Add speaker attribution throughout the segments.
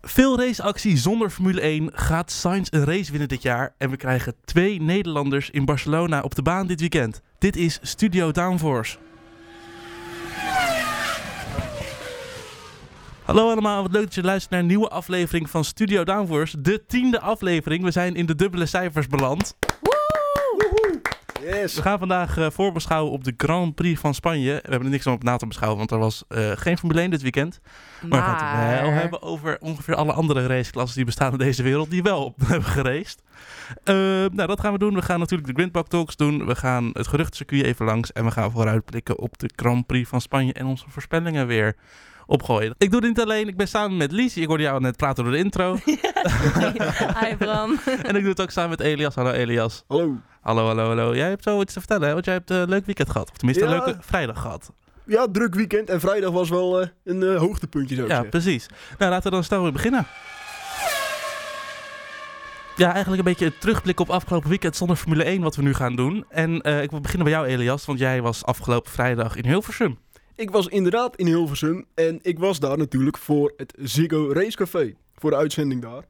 Speaker 1: Veel raceactie zonder Formule 1 gaat Sainz een race winnen dit jaar. En we krijgen twee Nederlanders in Barcelona op de baan dit weekend. Dit is Studio Downforce. Hallo allemaal, wat leuk dat je luistert naar een nieuwe aflevering van Studio Downforce. De tiende aflevering. We zijn in de dubbele cijfers beland.
Speaker 2: Yes.
Speaker 1: We gaan vandaag eh, voorbeschouwen op de Grand Prix van Spanje. We hebben er niks om op na te beschouwen, want er was eh, geen Formule 1 dit weekend. Maar, we gaan het wel hebben over ongeveer alle andere raceklassen die bestaan in deze wereld, die wel op hebben geraced. Eh, nou, dat gaan we doen. We gaan natuurlijk de Grindbak Talks doen. We gaan het geruchtcircuit even langs. En we gaan vooruitblikken op de Grand Prix van Spanje en onze voorspellingen weer opgooien. Ik doe dit niet alleen. Ik ben samen met Lies. Ik hoorde jou net praten door de intro.
Speaker 3: Hi Bram.
Speaker 1: en ik doe het ook samen met Elias. Hallo Elias.
Speaker 2: Hallo.
Speaker 1: Hallo, hallo, hallo. Jij hebt zo iets te vertellen, hè? Want jij hebt eh, een leuk weekend gehad. Of tenminste, een
Speaker 2: Ja.
Speaker 1: leuke vrijdag gehad.
Speaker 2: Ja, druk weekend en vrijdag was wel eh, een eh, hoogtepuntje zou ik
Speaker 1: Ja,
Speaker 2: zeggen.
Speaker 1: precies. Nou, laten we dan snel weer beginnen. Ja, eigenlijk een beetje een terugblik op afgelopen weekend zonder Formule 1 wat we nu gaan doen. En eh, ik wil beginnen bij jou Elias, want jij was afgelopen vrijdag in Hilversum.
Speaker 2: Ik was inderdaad in Hilversum en ik was daar natuurlijk voor het Ziggo Racecafé. Voor de uitzending daar.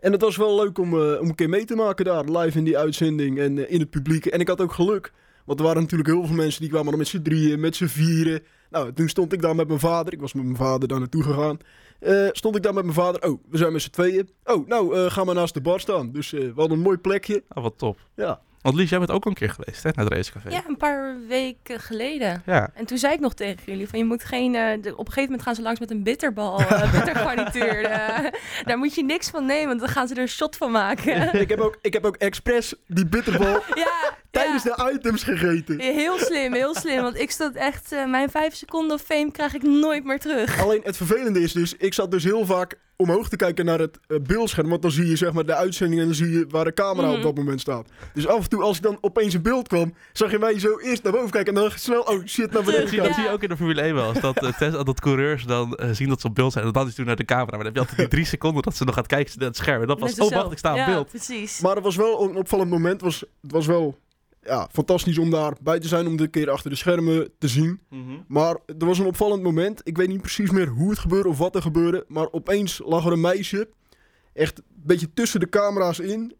Speaker 2: En het was wel leuk om, eh, om een keer mee te maken daar, live in die uitzending en eh, in het publiek. En ik had ook geluk, want er waren natuurlijk heel veel mensen die kwamen dan met z'n drieën, met z'n vieren. Nou, toen stond ik daar met mijn vader, ik was met mijn vader daar naartoe gegaan. Eh, stond ik daar met mijn vader, oh, we zijn met z'n tweeën. Oh, nou, eh, ga maar naast de bar staan. Dus eh, we hadden een mooi plekje.
Speaker 1: Oh, wat top.
Speaker 2: Ja,
Speaker 1: Want Lies, jij bent ook al een keer geweest hè, naar het racecafé.
Speaker 3: Ja, een paar weken geleden.
Speaker 1: Ja.
Speaker 3: En toen zei ik nog tegen jullie van je moet geen. eh, de- op een gegeven moment gaan ze langs met een bitterbal, eh, bittergarnituur. eh. daar moet je niks van nemen, want dan gaan ze er een shot van maken.
Speaker 2: ik heb ook, ik heb ook expres die bitterbal
Speaker 3: ja,
Speaker 2: tijdens
Speaker 3: ja.
Speaker 2: de items gegeten.
Speaker 3: Heel slim, heel slim. Want ik stond echt, eh, mijn vijf seconden of fame krijg ik nooit meer terug.
Speaker 2: Alleen het vervelende is dus, ik zat dus heel vaak omhoog te kijken naar het eh, beeldscherm. Want dan zie je zeg maar de uitzending en dan zie je waar de camera
Speaker 3: Mhm.
Speaker 2: op dat moment staat. Dus af en toe als ik dan opeens in beeld kwam, zag je mij zo eerst naar boven kijken. En dan snel, oh shit, naar beneden
Speaker 1: Dat zie, dat
Speaker 2: kijken.
Speaker 1: zie je ook in de Formule 1 wel. Als dat, eh, Tesla, dat coureurs dan eh, zien dat ze op beeld zijn. En dan is het toen naar de camera. Maar dan heb je altijd die drie seconden dat ze nog gaat kijken naar het scherm. En dat was,
Speaker 3: Net
Speaker 1: oh
Speaker 3: zo.
Speaker 1: wacht, ik sta op
Speaker 3: ja,
Speaker 1: beeld.
Speaker 3: Precies.
Speaker 2: Maar het was wel een opvallend moment. Het was, het was wel ja, fantastisch om daar bij te zijn, om de keer achter de schermen te zien.
Speaker 1: Mhm.
Speaker 2: Maar er was een opvallend moment. Ik weet niet precies meer hoe het gebeurde of wat er gebeurde. Maar opeens lag er een meisje. Echt een beetje tussen de camera's in.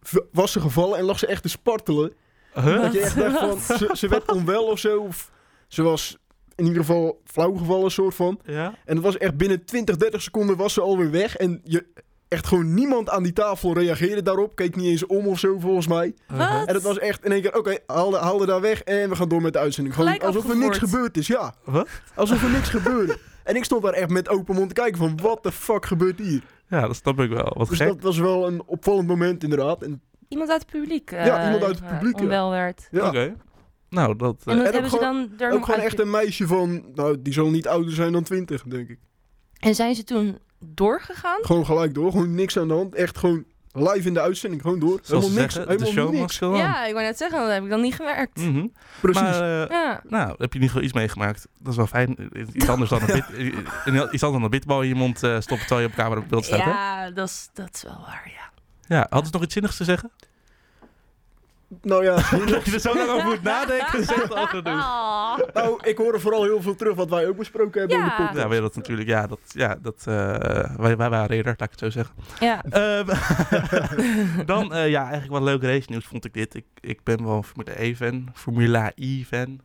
Speaker 2: v- Was ze gevallen en lag ze echt te spartelen.
Speaker 1: Huh?
Speaker 2: Dat je echt dacht
Speaker 3: Wat?
Speaker 2: van, ze, ze werd onwel of zo. Of ze was in ieder geval flauw gevallen soort van.
Speaker 1: Ja?
Speaker 2: En het was echt binnen 20, 30 seconden was ze alweer weg. En je, echt gewoon niemand aan die tafel reageerde daarop. Keek niet eens om of zo volgens mij.
Speaker 1: Uh-huh.
Speaker 2: En het was echt in één keer, oké, haalde, haalde daar weg en we gaan door met de uitzending. Gewoon
Speaker 3: Gelijk
Speaker 2: alsof er niks
Speaker 3: afgevoerd.
Speaker 2: gebeurd is, ja.
Speaker 1: Wat?
Speaker 2: Alsof er niks gebeurde. En ik stond daar echt met open mond te kijken van, wat de fuck gebeurt hier?
Speaker 1: Ja, dat snap ik wel. Wat
Speaker 2: Dus
Speaker 1: gek.
Speaker 2: dat was wel een opvallend moment inderdaad. En,
Speaker 3: Iemand uit het publiek. eh,
Speaker 2: Ja, iemand uit het publiek, ja.
Speaker 3: Onwel werd.
Speaker 2: ja.
Speaker 1: Oké. Nou, dat... eh,
Speaker 3: En dat
Speaker 2: ook
Speaker 3: hebben ze
Speaker 2: gewoon-
Speaker 3: dan er
Speaker 2: Ook
Speaker 3: nog
Speaker 2: gewoon
Speaker 3: uit-
Speaker 2: echt een meisje van, nou, die zal niet ouder zijn dan 20, denk ik.
Speaker 3: En zijn ze toen doorgegaan?
Speaker 2: Gewoon gelijk door, gewoon niks aan de hand. Echt gewoon live in de uitzending, gewoon door.
Speaker 1: Zoals
Speaker 2: Helemaal
Speaker 1: ze
Speaker 2: niks,
Speaker 1: zeggen, de
Speaker 2: helemaal
Speaker 1: show
Speaker 2: niks.
Speaker 1: must go on.
Speaker 3: Ja, ik wou net zeggen, dat heb ik dan niet gemerkt.
Speaker 1: Mhm.
Speaker 2: Precies.
Speaker 1: Maar, eh,
Speaker 3: Ja.
Speaker 1: nou, heb je in ieder geval iets meegemaakt. Dat is wel fijn. Eh, Iets anders dan een, bit, eh, een- iets anders dan een bitbal in je mond eh, stoppen terwijl je op camera op beeld staat, hè?
Speaker 3: Ja, dat is, dat is wel waar, ja.
Speaker 1: Ja, had ze nog iets zinnigs te zeggen?
Speaker 2: Nou ja,
Speaker 1: dat je er zo lang over moet nadenken, zegt al genoeg.
Speaker 3: Ah.
Speaker 2: nou, ik hoor er vooral heel veel terug wat wij ook besproken hebben in de
Speaker 3: Ja.
Speaker 2: podcast.
Speaker 1: Ja, weet je dat natuurlijk. Ja, dat... Ja, dat eh, wij, wij waren eerder, laat ik het zo zeggen.
Speaker 3: Ja.
Speaker 1: Ehm, dan, eh, ja, eigenlijk wel leuk race nieuws vond ik dit. Ik, ik ben wel een Formule E-fan, Formule I-fan.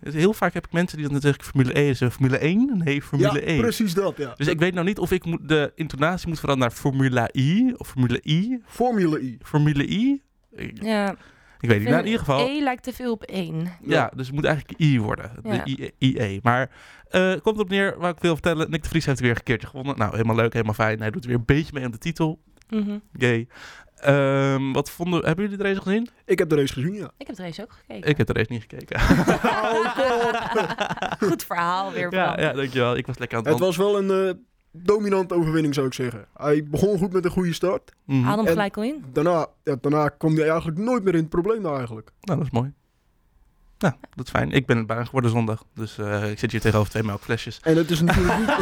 Speaker 1: Heel vaak heb ik mensen die dan zeggen Formule E is een Formule 1. Nee, Formule
Speaker 2: Ja,
Speaker 1: 1.
Speaker 2: precies dat, ja.
Speaker 1: Dus ik weet nou niet of ik moet de intonatie moet veranderen naar Formula I of Formule I.
Speaker 2: Formule E. I.
Speaker 1: Formule I? Ik,
Speaker 3: ja.
Speaker 1: ik weet niet. Nou, in ieder geval.
Speaker 3: E lijkt te veel op één.
Speaker 1: Ja, dus het moet eigenlijk I worden.
Speaker 3: Ja.
Speaker 1: De I- IE. Maar eh komt erop neer waar ik wil vertellen. Nick de Vries heeft weer een keertje gewonnen. Nou, helemaal leuk, helemaal fijn. Hij doet weer een beetje mee om de titel.
Speaker 3: Mhm.
Speaker 1: Yay. Ehm, wat vonden... Hebben jullie de race gezien?
Speaker 2: Ik heb de race gezien, ja.
Speaker 3: Ik heb het race ook gekeken.
Speaker 1: Ik heb de race niet gekeken.
Speaker 3: Goed verhaal weer,
Speaker 1: ja,
Speaker 3: Bram.
Speaker 1: ja, dankjewel. Ik was lekker aan het
Speaker 2: Het was wel een eh, dominante overwinning, zou ik zeggen. Hij begon goed met een goede start.
Speaker 1: Mhm.
Speaker 3: Haal hem
Speaker 2: En-
Speaker 3: gelijk al in.
Speaker 2: Daarna, ja, daarna kwam hij eigenlijk nooit meer in het probleem eigenlijk.
Speaker 1: Nou, dat is mooi. Nou, dat is fijn. Ik ben het baan geworden zondag. Dus eh, ik zit hier tegenover twee melkflesjes.
Speaker 2: En dat is natuurlijk niet,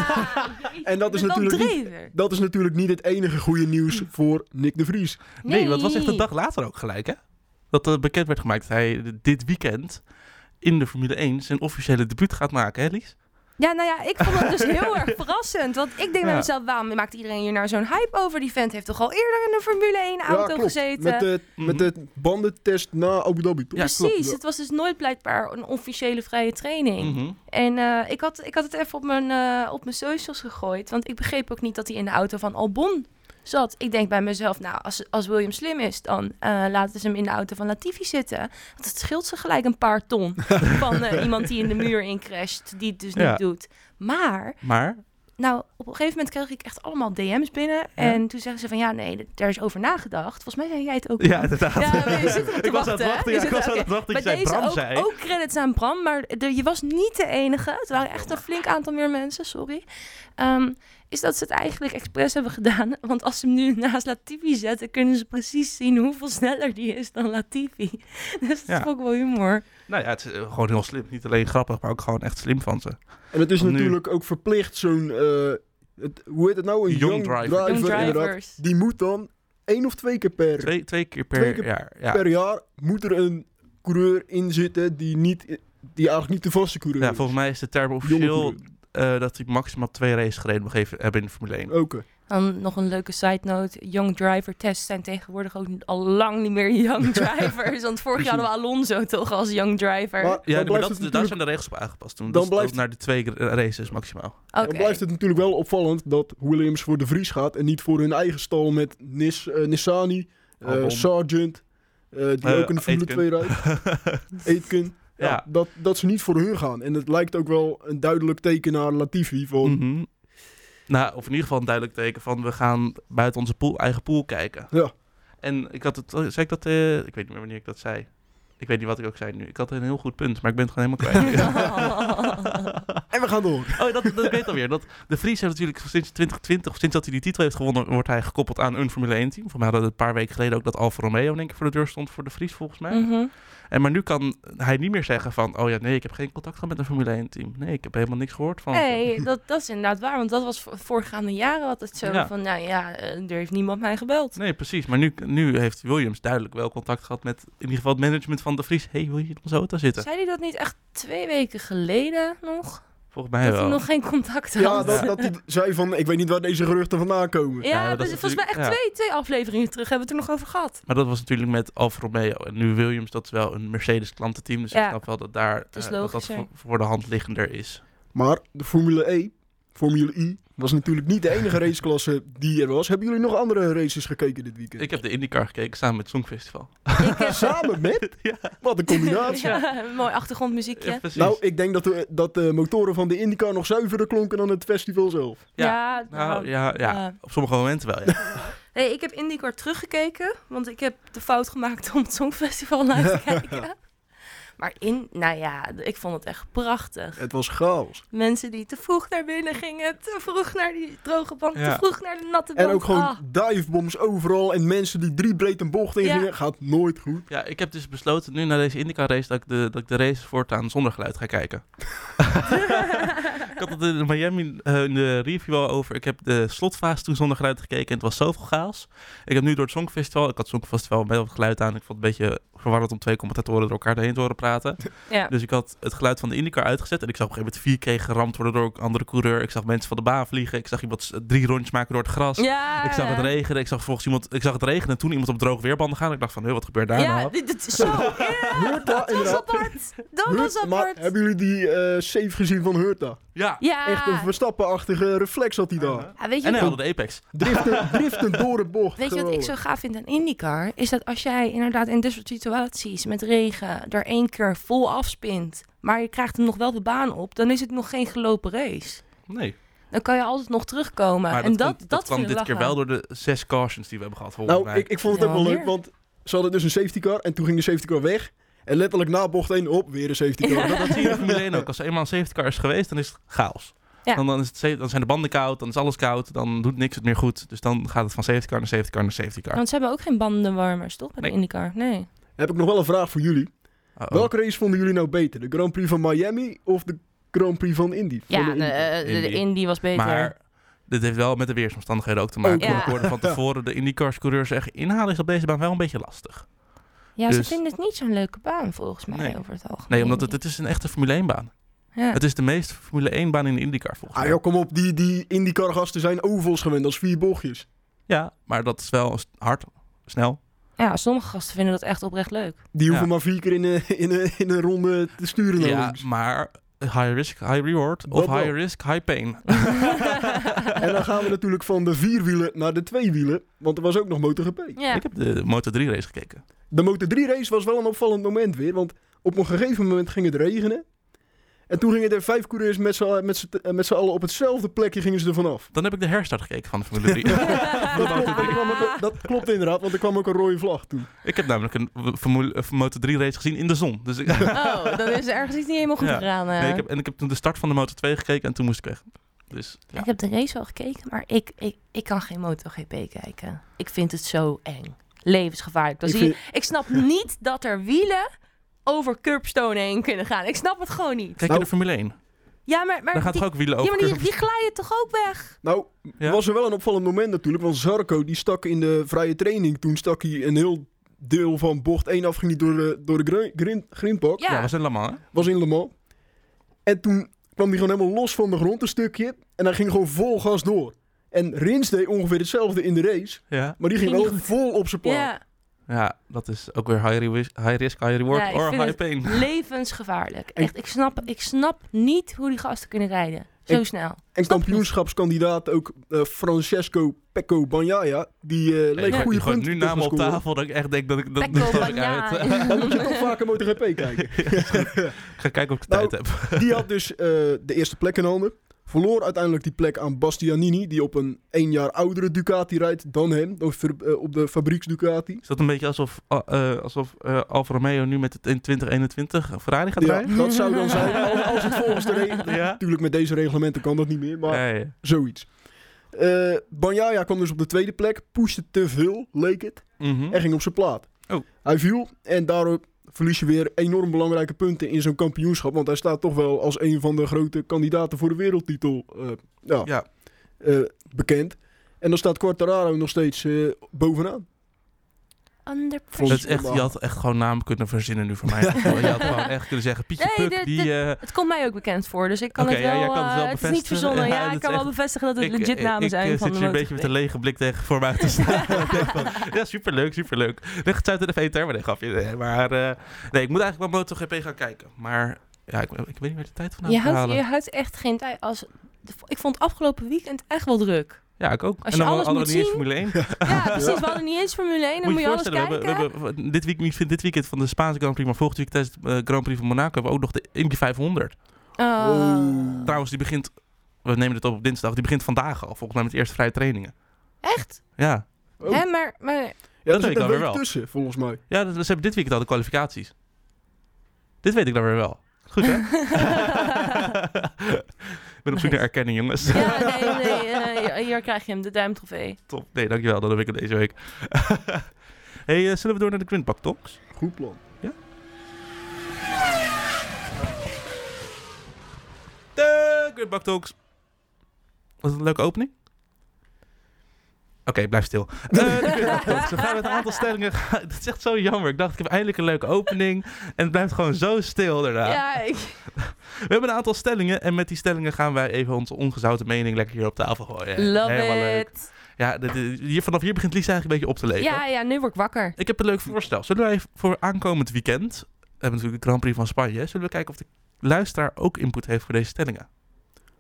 Speaker 2: En dat is
Speaker 3: Je bent wel
Speaker 2: natuurlijk niet-
Speaker 3: drever.
Speaker 2: dat is natuurlijk niet het enige goede nieuws voor Nick de Vries.
Speaker 1: Nee, dat was echt een dag later ook gelijk, hè? Dat eh, bekend werd gemaakt dat hij dit weekend in de Formule 1 zijn officiële debuut gaat maken, hè Lies?
Speaker 3: Ja, nou ja, ik vond het dus heel erg verrassend. Want ik denk bij
Speaker 1: Ja.
Speaker 3: mezelf, waarom maakt iedereen hier nou zo'n hype over? Die vent heeft toch al eerder in een Formule 1
Speaker 2: ja,
Speaker 3: auto
Speaker 2: klopt.
Speaker 3: gezeten?
Speaker 2: Met de,
Speaker 1: Mhm.
Speaker 2: met de bandentest na Abu Dhabi, toch?
Speaker 1: Ja,
Speaker 3: Precies,
Speaker 2: Ja.
Speaker 3: het was dus nooit blijkbaar een officiële vrije training.
Speaker 1: Mhm.
Speaker 3: En eh, ik, had, ik had het even op mijn, eh, op mijn socials gegooid. Want ik begreep ook niet dat hij in de auto van Albon zat. Ik denk bij mezelf, nou, als, als William slim is, dan eh, laten ze hem in de auto van Latifi zitten. Want het scheelt ze gelijk een paar ton
Speaker 1: Mhm.
Speaker 3: van eh, iemand die in de muur incrasht, die het dus
Speaker 1: Ja.
Speaker 3: niet doet. Maar,
Speaker 1: Maar,
Speaker 3: nou, op een gegeven moment kreeg ik echt allemaal DM's binnen. En toen zeggen ze van, ja, nee, d- daar is over nagedacht. Volgens mij zei jij het ook.
Speaker 1: ja,
Speaker 3: man.
Speaker 1: inderdaad.
Speaker 3: Ja, maar je zit erop te
Speaker 1: ik was aan het
Speaker 3: wachten, hè?
Speaker 1: wachten.
Speaker 3: Je
Speaker 1: Ja, ik
Speaker 3: zit-
Speaker 1: was aan
Speaker 3: oké.
Speaker 1: het wachten. Ik
Speaker 3: Bij
Speaker 1: zei,
Speaker 3: deze
Speaker 1: Bram
Speaker 3: ook,
Speaker 1: zei.
Speaker 3: ook credits aan Bram, maar de- je was niet de enige. Het waren echt een flink aantal meer mensen, sorry. Ehm, is dat ze het eigenlijk expres hebben gedaan. Want als ze hem nu naast Latifi zetten, kunnen ze precies zien hoeveel sneller die is dan Latifi. Dus dat
Speaker 1: Ja.
Speaker 3: vond ik wel humor.
Speaker 1: Nou ja, het is eh, gewoon heel slim. Niet alleen grappig, maar ook gewoon echt slim van ze.
Speaker 2: En het is
Speaker 1: Want nu-
Speaker 2: natuurlijk ook verplicht zo'n... eh, het, hoe heet het nou? Een
Speaker 1: Young driver.
Speaker 3: Young
Speaker 2: inderdaad.
Speaker 3: drivers.
Speaker 2: Die moet dan één of twee keer per,
Speaker 1: Twee, twee keer per
Speaker 2: Twee keer
Speaker 1: jaar. Ja.
Speaker 2: per jaar... moet er een coureur in zitten die, niet, die eigenlijk niet de vaste coureur
Speaker 1: ja,
Speaker 2: is.
Speaker 1: volgens mij is de term
Speaker 2: Jonge
Speaker 1: officieel
Speaker 2: coureur.
Speaker 1: eh, dat hij maximaal twee races gereden mag geven- hebben in de Formule 1.
Speaker 2: Oké.
Speaker 3: Dan nog een leuke side note. Young driver tests zijn tegenwoordig ook al lang niet meer young drivers. Want vorig jaar hadden we Alonso toch als young driver.
Speaker 2: Maar,
Speaker 1: Ja,
Speaker 2: dan,
Speaker 1: nee, maar dat,
Speaker 2: blijft het
Speaker 1: daar
Speaker 2: natuurlijk,
Speaker 1: zijn de regels op aangepast toen.
Speaker 2: Dan
Speaker 1: Dus
Speaker 2: blijft-
Speaker 1: ook naar de twee gra- races maximaal.
Speaker 3: Oké.
Speaker 2: dan blijft het natuurlijk wel opvallend dat Williams voor de Vries gaat... en niet voor hun eigen stal met Nis, eh, Nissani, eh,
Speaker 1: Albon.
Speaker 2: Sargent... eh, die
Speaker 1: Eh,
Speaker 2: ook in de Formule
Speaker 1: Aitken.
Speaker 2: 2 rijdt. Aitken. Ja.
Speaker 1: Ja.
Speaker 2: dat, dat ze niet voor hun gaan. En het lijkt ook wel een duidelijk teken naar Latifi. Van,
Speaker 1: Mhm. Nou, of in ieder geval een duidelijk teken van we gaan buiten onze pool, eigen pool kijken.
Speaker 2: Ja.
Speaker 1: En ik had het, zei ik dat, eh, ik weet niet meer wanneer ik dat zei. Ik weet niet wat ik ook zei nu. Ik had een heel goed punt, maar ik ben het gewoon helemaal kwijt.
Speaker 2: En we gaan door.
Speaker 1: Oh, dat, dat ik weet alweer. Dat, de Vries heeft natuurlijk sinds 2020, of sinds dat hij die titel heeft gewonnen, wordt hij gekoppeld aan een Formule 1 team. Voor mij hadden we een paar weken geleden ook dat Alfa Romeo denk ik voor de deur stond voor de Vries volgens mij.
Speaker 3: Mhm.
Speaker 1: En maar nu kan hij niet meer zeggen van, oh ja, nee, ik heb geen contact gehad met een Formule 1 team. Nee, ik heb helemaal niks gehoord van. ze.
Speaker 3: Nee, dat, dat is inderdaad waar. Want dat was vo- voorgaande jaren altijd zo
Speaker 1: Ja.
Speaker 3: van, nou ja, eh, er heeft niemand mij gebeld.
Speaker 1: Nee, precies. Maar nu, nu heeft Williams duidelijk wel contact gehad met in ieder geval het management van de Vries. hey, wil je in onze auto zitten?
Speaker 3: Zei hij dat niet echt twee weken geleden nog?
Speaker 1: Volgens mij
Speaker 3: dat hij
Speaker 1: wel.
Speaker 3: nog geen contact had.
Speaker 2: Ja, dat, dat hij zei van, ik weet niet waar deze geruchten vandaan komen.
Speaker 3: Ja,
Speaker 1: Ja, dat
Speaker 3: dus
Speaker 1: is
Speaker 3: volgens mij echt
Speaker 1: natuurlijk- ja.
Speaker 3: twee, twee afleveringen terug hebben we het er nog over gehad.
Speaker 1: Maar dat was natuurlijk met Alfa Romeo. En nu Williams, dat is wel een Mercedes klantenteam. Dus
Speaker 3: Ja.
Speaker 1: ik snap wel dat daar
Speaker 3: is
Speaker 1: eh, dat, dat
Speaker 3: logischer.
Speaker 1: voor, voor de hand liggender is.
Speaker 2: Maar de Formule E, Formule I, was natuurlijk niet de enige raceklasse die er was. Hebben jullie nog andere races gekeken dit weekend?
Speaker 1: Ik heb de IndyCar gekeken samen met het Songfestival.
Speaker 3: Ik heb-
Speaker 2: Samen met?
Speaker 1: Ja.
Speaker 2: Wat een combinatie.
Speaker 3: Ja, een mooi achtergrondmuziekje.
Speaker 1: Ja,
Speaker 3: Ja,
Speaker 1: precies.
Speaker 2: Nou, ik denk dat de, dat de motoren van de IndyCar nog zuiverder klonken dan het festival zelf.
Speaker 1: ja.
Speaker 3: nou,
Speaker 1: nou, ja, ja.
Speaker 3: ja.
Speaker 1: op sommige momenten wel, ja.
Speaker 3: Nee, ik heb IndyCar teruggekeken, want ik heb de fout gemaakt om het Songfestival naar te kijken. Maar in, nou ja, ik vond het echt prachtig.
Speaker 2: Het was chaos.
Speaker 3: Mensen die te vroeg naar binnen gingen, te vroeg naar die droge band,
Speaker 1: Ja.
Speaker 3: te vroeg naar de natte band.
Speaker 2: En ook gewoon
Speaker 3: Ah.
Speaker 2: divebombs overal en mensen die drie breed een bocht in
Speaker 3: Ja.
Speaker 2: gingen. Gaat nooit goed.
Speaker 1: ja. Ik heb dus besloten nu na deze IndyCar race dat ik de, dat ik de race voortaan zonder geluid ga kijken. ik had het in Miami eh, in de review al over. Ik heb de slotfase toen zonder geluid gekeken en het was zoveel chaos. Ik heb nu door het Songfestival, ik had het Songfestival met wat geluid aan. Ik vond het een beetje verwarrend om twee commentatoren door elkaar heen te horen praten.
Speaker 3: ja.
Speaker 1: Dus ik had het geluid van de IndyCar uitgezet. En ik zag op een gegeven moment 4K geramd worden door een andere coureur. Ik zag mensen van de baan vliegen. Ik zag iemand s- drie rondjes maken door het gras.
Speaker 3: ja.
Speaker 1: Ik zag het regenen. Ik zag, volgens iemand, ik zag het regenen en toen iemand op droog weerbanden gaan. Ik dacht van, hé, wat gebeurt daar
Speaker 3: Ja,
Speaker 1: nou?
Speaker 3: dit, dit- zo. Ja,
Speaker 2: Hoort daar
Speaker 3: dat was
Speaker 2: inderdaad.
Speaker 3: apart. Oh, Dat was
Speaker 2: Hurt- maar
Speaker 3: apart.
Speaker 2: hebben jullie die eh save gezien van Hurta?
Speaker 1: Ja.
Speaker 3: Ja.
Speaker 2: Echt een verstappenachtige reflex had hij daar.
Speaker 3: Ja, weet je,
Speaker 1: En hij hadden de Apex.
Speaker 2: Driften, driften door de bocht.
Speaker 3: Weet je wat ik
Speaker 2: gewoon.
Speaker 3: zo gaaf vind aan IndyCar? Is dat als jij inderdaad in dit soort situaties met regen er één keer vol afspint, maar je krijgt hem nog wel de baan op, dan is het nog geen gelopen race.
Speaker 1: Nee.
Speaker 3: Dan kan je altijd nog terugkomen.
Speaker 1: Maar
Speaker 3: en
Speaker 1: dat,
Speaker 3: dat,
Speaker 1: kwam, dat kwam
Speaker 3: vind ik
Speaker 1: dit keer
Speaker 3: lachen.
Speaker 1: wel door de zes cautions die we hebben gehad, volgens
Speaker 2: Nou,
Speaker 1: mij.
Speaker 2: ik, ik vond het
Speaker 3: Ja,
Speaker 2: ook wel leuk,
Speaker 3: weer.
Speaker 2: want ze hadden dus een safety car en toen ging de safety car weg. En letterlijk na bocht 1 op, weer een safety car.
Speaker 1: Dat zie je in de Formule 1 ook. Als er eenmaal een safety car is geweest, dan is het chaos.
Speaker 3: Ja.
Speaker 1: Dan, dan, is het, sa- dan zijn de banden koud, dan is alles koud, dan doet niks het meer goed. Dus dan gaat het van safety car naar safety car naar safety car.
Speaker 3: Want ze hebben ook geen bandenwarmers, toch? Bij
Speaker 1: Nee.
Speaker 3: de IndyCar. Nee.
Speaker 2: Heb ik nog wel een vraag voor jullie.
Speaker 1: Uh-oh.
Speaker 2: Oh. Welke race vonden jullie nou beter? De Grand Prix van Miami of de Grand Prix van Indy? Van
Speaker 3: Ja,
Speaker 2: de
Speaker 3: de,
Speaker 2: Indy.
Speaker 3: eh, de- de
Speaker 1: Indy.
Speaker 3: Indy was beter. Oh,
Speaker 1: Maar dit heeft wel met de weersomstandigheden ook te maken.
Speaker 2: Ook,
Speaker 3: ja.
Speaker 1: Ik hoorde van tevoren de IndyCar-coureurs zeggen... inhalen is op deze baan wel een beetje lastig.
Speaker 3: ja, ze
Speaker 1: dus-
Speaker 3: vinden het niet zo'n leuke baan, volgens mij,
Speaker 1: Nee.
Speaker 3: over het algemeen.
Speaker 1: Nee, omdat het, het is een echte Formule 1-baan.
Speaker 3: Ja.
Speaker 1: Het is de meest Formule 1-baan in de IndyCar volgens
Speaker 2: Ah
Speaker 1: mij.
Speaker 2: joh, kom op. Die, die IndyCar-gasten zijn ovals gewend als vier bochtjes.
Speaker 1: Ja, maar dat is wel s- hard, snel.
Speaker 3: ja, sommige gasten vinden dat echt oprecht leuk.
Speaker 2: Die hoeven
Speaker 1: Ja.
Speaker 2: maar vier keer in een, in een, in een ronde te sturen naar
Speaker 1: Ja,
Speaker 2: links.
Speaker 1: maar high risk, high reward. Of
Speaker 2: Dat wel.
Speaker 1: high risk, high pain.
Speaker 2: En dan gaan we natuurlijk van de vierwielen naar de tweewielen. Want er was ook nog MotoGP.
Speaker 3: Ja.
Speaker 1: Ik heb de Moto3 race gekeken.
Speaker 2: De Moto3 race was wel een opvallend moment weer, want op een gegeven moment ging het regenen. En toen gingen er vijf coureurs met z'n met z'n- eh, met z'n allen op hetzelfde plekje gingen ze er vanaf.
Speaker 1: Dan heb ik de herstart gekeken van de Formule 3.
Speaker 2: Dat, klopt, er kwam ook- dat klopt inderdaad, want er kwam ook een rode vlag toen.
Speaker 1: ik heb namelijk een w- Formule- eh, Moto3 race gezien in de zon. Dus ik, nee,
Speaker 3: Oh, dan is er ergens iets niet helemaal goed
Speaker 1: Ja.
Speaker 3: gegaan. eh.
Speaker 1: ik heb, en ik heb toen de start van de Moto2 gekeken en toen moest ik weg. Dus ja.
Speaker 3: Ik heb de race wel gekeken, maar ik, ik, ik kan geen MotoGP kijken. Ik vind het zo eng. Levensgevaarlijk. Dan
Speaker 2: Ik
Speaker 3: zie je- ik, snap niet dat er wielen over curbstone heen kunnen gaan. Ik snap het gewoon niet.
Speaker 1: Kijk je
Speaker 2: Nou,
Speaker 1: de Formule 1?
Speaker 3: Ja, maar, maar
Speaker 1: Daar gaat
Speaker 3: die,
Speaker 1: toch ook wielen
Speaker 3: ja,
Speaker 1: over
Speaker 3: maar die, die glijden toch ook weg?
Speaker 2: Nou,
Speaker 1: Ja.
Speaker 2: was er wel een opvallend moment natuurlijk, want Zarco die stak in de vrije training. Toen stak hij een heel deel van bocht 1 af, ging hij door de, door de grin- grin- grindbak,
Speaker 1: Ja,
Speaker 3: Ja.
Speaker 1: was in Le Mans, hè?
Speaker 2: was in Le Mans. En toen kwam hij gewoon helemaal los van de grond een stukje en hij ging gewoon vol gas door. En Rins deed ongeveer hetzelfde in de race.
Speaker 1: Ja.
Speaker 2: Maar die ging
Speaker 3: Ging
Speaker 2: wel
Speaker 3: niet goed.
Speaker 2: vol op zijn plan.
Speaker 3: Ja,
Speaker 1: ja, dat is ook weer high, rewis- high risk, high reward
Speaker 3: Ja, ik
Speaker 1: or
Speaker 3: vind
Speaker 1: high
Speaker 3: het-
Speaker 1: pain.
Speaker 3: levensgevaarlijk. Echt, ik snap, ik snap niet hoe die gasten kunnen rijden. Zo
Speaker 2: Ik-
Speaker 3: snel.
Speaker 2: En
Speaker 3: Snap
Speaker 2: kampioenschapskandidaat ook eh, Francesco Pecco Bagnaia. Die eh,
Speaker 1: Ja,
Speaker 2: leek
Speaker 1: ik
Speaker 2: goede
Speaker 1: gooi
Speaker 2: punten
Speaker 1: nu
Speaker 2: te
Speaker 1: namen op
Speaker 2: scoren.
Speaker 1: tafel dat ik echt denk dat ik dat
Speaker 3: Pecco
Speaker 1: dat ik
Speaker 3: Bagnaia.
Speaker 1: uit. eh.
Speaker 2: Dan moet je toch vaker MotoGP kijken.
Speaker 1: Ik ga kijken of ik
Speaker 2: Nou,
Speaker 1: tijd heb.
Speaker 2: Die had dus eh, de eerste plek in handen. Verloor uiteindelijk die plek aan Bastianini. Die op een één jaar oudere Ducati rijdt dan hem. Op, ver- eh, op de fabrieks Ducati.
Speaker 1: Is dat een beetje alsof, ah, eh, alsof eh, Alfa Romeo nu met het in 2021 Ferrari gaat
Speaker 2: Ja,
Speaker 1: rijden?
Speaker 2: dat zou dan zijn. Als, als het volgens de regels...
Speaker 1: Ja.
Speaker 2: Natuurlijk met deze reglementen kan dat niet meer. Maar
Speaker 1: Nee.
Speaker 2: zoiets. Eh Bagnaia kwam dus op de tweede plek. Pushte te veel, leek het.
Speaker 1: Mhm.
Speaker 2: en ging op zijn plaat.
Speaker 1: Oh.
Speaker 2: Hij viel en daardoor verlies je weer enorm belangrijke punten in zo'n kampioenschap. Want hij staat toch wel als een van de grote kandidaten voor de wereldtitel eh, ja,
Speaker 1: Ja.
Speaker 2: eh, bekend. En dan staat Quartararo nog steeds eh, bovenaan.
Speaker 3: Under
Speaker 2: Vond-
Speaker 1: Het
Speaker 3: pressure.
Speaker 1: is echt, je had echt gewoon naam kunnen verzinnen nu voor mij. je had gewoon echt kunnen zeggen, Pietje
Speaker 3: Nee,
Speaker 1: Puk,
Speaker 3: dit-
Speaker 1: die...
Speaker 3: dit-
Speaker 1: eh,
Speaker 3: Het komt mij ook bekend voor, dus ik kan
Speaker 1: Oké,
Speaker 3: het
Speaker 1: ja,
Speaker 3: wel.
Speaker 1: jij kan het wel
Speaker 3: eh, het is niet
Speaker 1: bevestigen.
Speaker 3: verzonnen.
Speaker 1: Ja,
Speaker 3: Ja,
Speaker 1: dat
Speaker 3: ik
Speaker 1: is
Speaker 3: kan wel
Speaker 1: echt-
Speaker 3: bevestigen dat het
Speaker 1: ik
Speaker 3: legit namen
Speaker 1: ik,
Speaker 3: zijn
Speaker 1: eh,
Speaker 3: van
Speaker 1: zit
Speaker 3: de
Speaker 1: hier een beetje met een
Speaker 3: MotoGP.
Speaker 1: lege blik tegen voor mij te staan. Ik denk van, ja, superleuk, superleuk. Leg het uit in de VTR, maar nee, gaf je. Nee, maar eh, nee, ik moet eigenlijk wel MotoGP gaan kijken. Maar ja, ik, ik weet niet waar de tijd vandaan
Speaker 3: Je
Speaker 1: te
Speaker 3: houdt,
Speaker 1: halen.
Speaker 3: je houdt echt geen tijd. Als, ik vond het afgelopen weekend echt wel druk.
Speaker 1: Ja, ik ook.
Speaker 3: Als
Speaker 1: en
Speaker 3: je
Speaker 1: dan
Speaker 3: alles
Speaker 1: hadden we
Speaker 3: moet
Speaker 1: niet eens
Speaker 3: zien,
Speaker 1: Formule 1.
Speaker 3: Ja, precies. We hadden niet eens Formule 1, dan moet je, alles
Speaker 1: voorstellen,
Speaker 3: kijken.
Speaker 1: we hebben, we hebben- dit, week, niet- dit weekend van de Spaanse Grand Prix, maar volgend week tijdens de eh, Grand Prix van Monaco hebben we ook nog de Indy 500.
Speaker 3: Oh.
Speaker 2: Oeh.
Speaker 1: Trouwens, die begint, we nemen het op op dinsdag, die begint vandaag al, volgens mij met de eerste vrije trainingen.
Speaker 3: Echt?
Speaker 1: Ja,
Speaker 2: Oh.
Speaker 3: Hè, maar, maar
Speaker 2: Ja,
Speaker 1: weet
Speaker 2: er
Speaker 1: ik
Speaker 2: zit
Speaker 1: dan weer
Speaker 2: een week
Speaker 1: wel.
Speaker 2: tussen, volgens mij.
Speaker 1: ja dat- ze hebben dit weekend al de kwalificaties. Dit weet ik dan weer wel. Goed, hè? ik ben op zoek naar erkenning, jongens.
Speaker 3: ja, nee, nee. eh, hier- hier krijg je hem, de duimtrofee.
Speaker 1: Top. Nee, dankjewel. Dat heb ik het deze week. hey, eh, zullen we door naar de Grindpak Talks?
Speaker 2: Goed plan.
Speaker 1: De Grindpak Talks. Wat een leuke opening. Oké, blijf stil. Eh, de Grindpak Talks. We gaan met een aantal stellingen... Dat is echt zo jammer. Ik dacht, ik heb eindelijk een leuke opening. En het blijft gewoon zo stil daarna.
Speaker 3: Ja, ik,
Speaker 1: We hebben een aantal stellingen. En met die stellingen gaan wij even onze ongezouten mening lekker hier op tafel gooien.
Speaker 3: love
Speaker 1: Helemaal leuk.
Speaker 3: it.
Speaker 1: Ja, dit- dit- hier, vanaf hier begint Lies eigenlijk een beetje op te leven.
Speaker 3: Ja, ja, nu word ik wakker.
Speaker 1: Ik heb een leuk voorstel. Zullen wij voor aankomend weekend, we hebben natuurlijk de Grand Prix van Spanje, zullen we kijken of de luisteraar ook input heeft voor deze stellingen?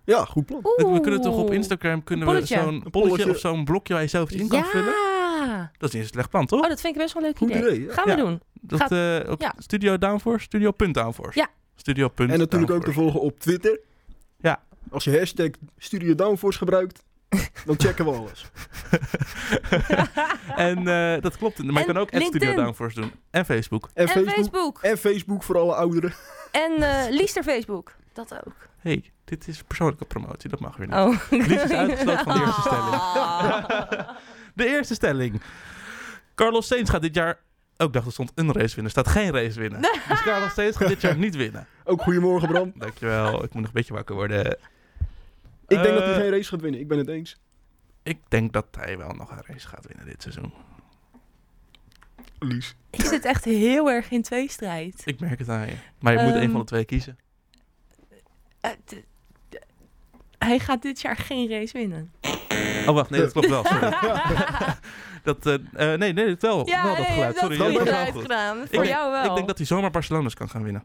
Speaker 2: Ja, goed plan.
Speaker 1: We
Speaker 3: Oeh.
Speaker 1: kunnen toch op Instagram kunnen
Speaker 3: Een
Speaker 1: we
Speaker 3: polletje.
Speaker 1: zo'n
Speaker 2: Een
Speaker 1: polletje
Speaker 2: polletje.
Speaker 1: of zo'n blokje waar je zelf iets in kan
Speaker 3: ja.
Speaker 1: vullen? Dat is niet een slecht plan, toch?
Speaker 3: Oh, dat vind ik best wel een leuk
Speaker 2: Goed
Speaker 3: idee.
Speaker 2: idee, hè?
Speaker 3: Gaan we
Speaker 1: Ja.
Speaker 3: doen.
Speaker 1: Dat,
Speaker 3: gaat-
Speaker 1: eh, op
Speaker 3: ja.
Speaker 1: Studio Downforce, Studio Punt Downforce.
Speaker 3: Ja.
Speaker 1: Studio Punt
Speaker 2: En natuurlijk ook te
Speaker 1: Downforce.
Speaker 2: volgen op Twitter.
Speaker 1: Ja.
Speaker 2: Als je hashtag Studio Downforce gebruikt, dan checken we alles.
Speaker 1: En eh, dat klopt. Maar
Speaker 3: En
Speaker 1: je kan ook at Studio
Speaker 3: LinkedIn.
Speaker 1: Downforce doen. En Facebook.
Speaker 2: En,
Speaker 3: En
Speaker 2: Facebook.
Speaker 3: Facebook.
Speaker 2: En Facebook voor alle ouderen.
Speaker 3: En eh Liester Facebook. Dat ook.
Speaker 1: hey, dit is persoonlijke promotie. Dat mag weer niet.
Speaker 3: Oh.
Speaker 1: Lies is uitgesloten van de eerste stelling. De eerste stelling. Carlos Sainz gaat dit jaar... Ook dacht er stond een race winnen. staat geen race winnen. Dus Carlos Sainz gaat dit jaar niet winnen.
Speaker 2: Ook goedemorgen Bram.
Speaker 1: Dankjewel. Ik moet nog een beetje wakker worden.
Speaker 2: Ik denk dat hij
Speaker 1: Eh,
Speaker 2: geen race gaat winnen. Ik ben het eens.
Speaker 1: Ik denk dat hij wel nog een race gaat winnen dit seizoen.
Speaker 2: Lies.
Speaker 3: Ik zit echt heel erg in tweestrijd.
Speaker 1: Ik merk het aan je. Maar je moet
Speaker 3: Ehm,
Speaker 1: een van de twee kiezen.
Speaker 3: eh, d- d- hij gaat dit jaar geen race winnen.
Speaker 1: Oh, wacht. Nee, dat klopt wel. Sorry. Dat, eh, eh, nee, nee, het wel.
Speaker 3: ja,
Speaker 1: wel dat
Speaker 3: nee,
Speaker 1: geluid.
Speaker 3: dat
Speaker 1: Sorry,
Speaker 2: goede
Speaker 1: je hebt het wel
Speaker 3: geluid
Speaker 1: goed.
Speaker 3: gedaan.
Speaker 1: Ik
Speaker 3: Voor
Speaker 1: denk,
Speaker 3: jou wel.
Speaker 1: ik denk dat hij zomaar Barcelona's kan gaan winnen.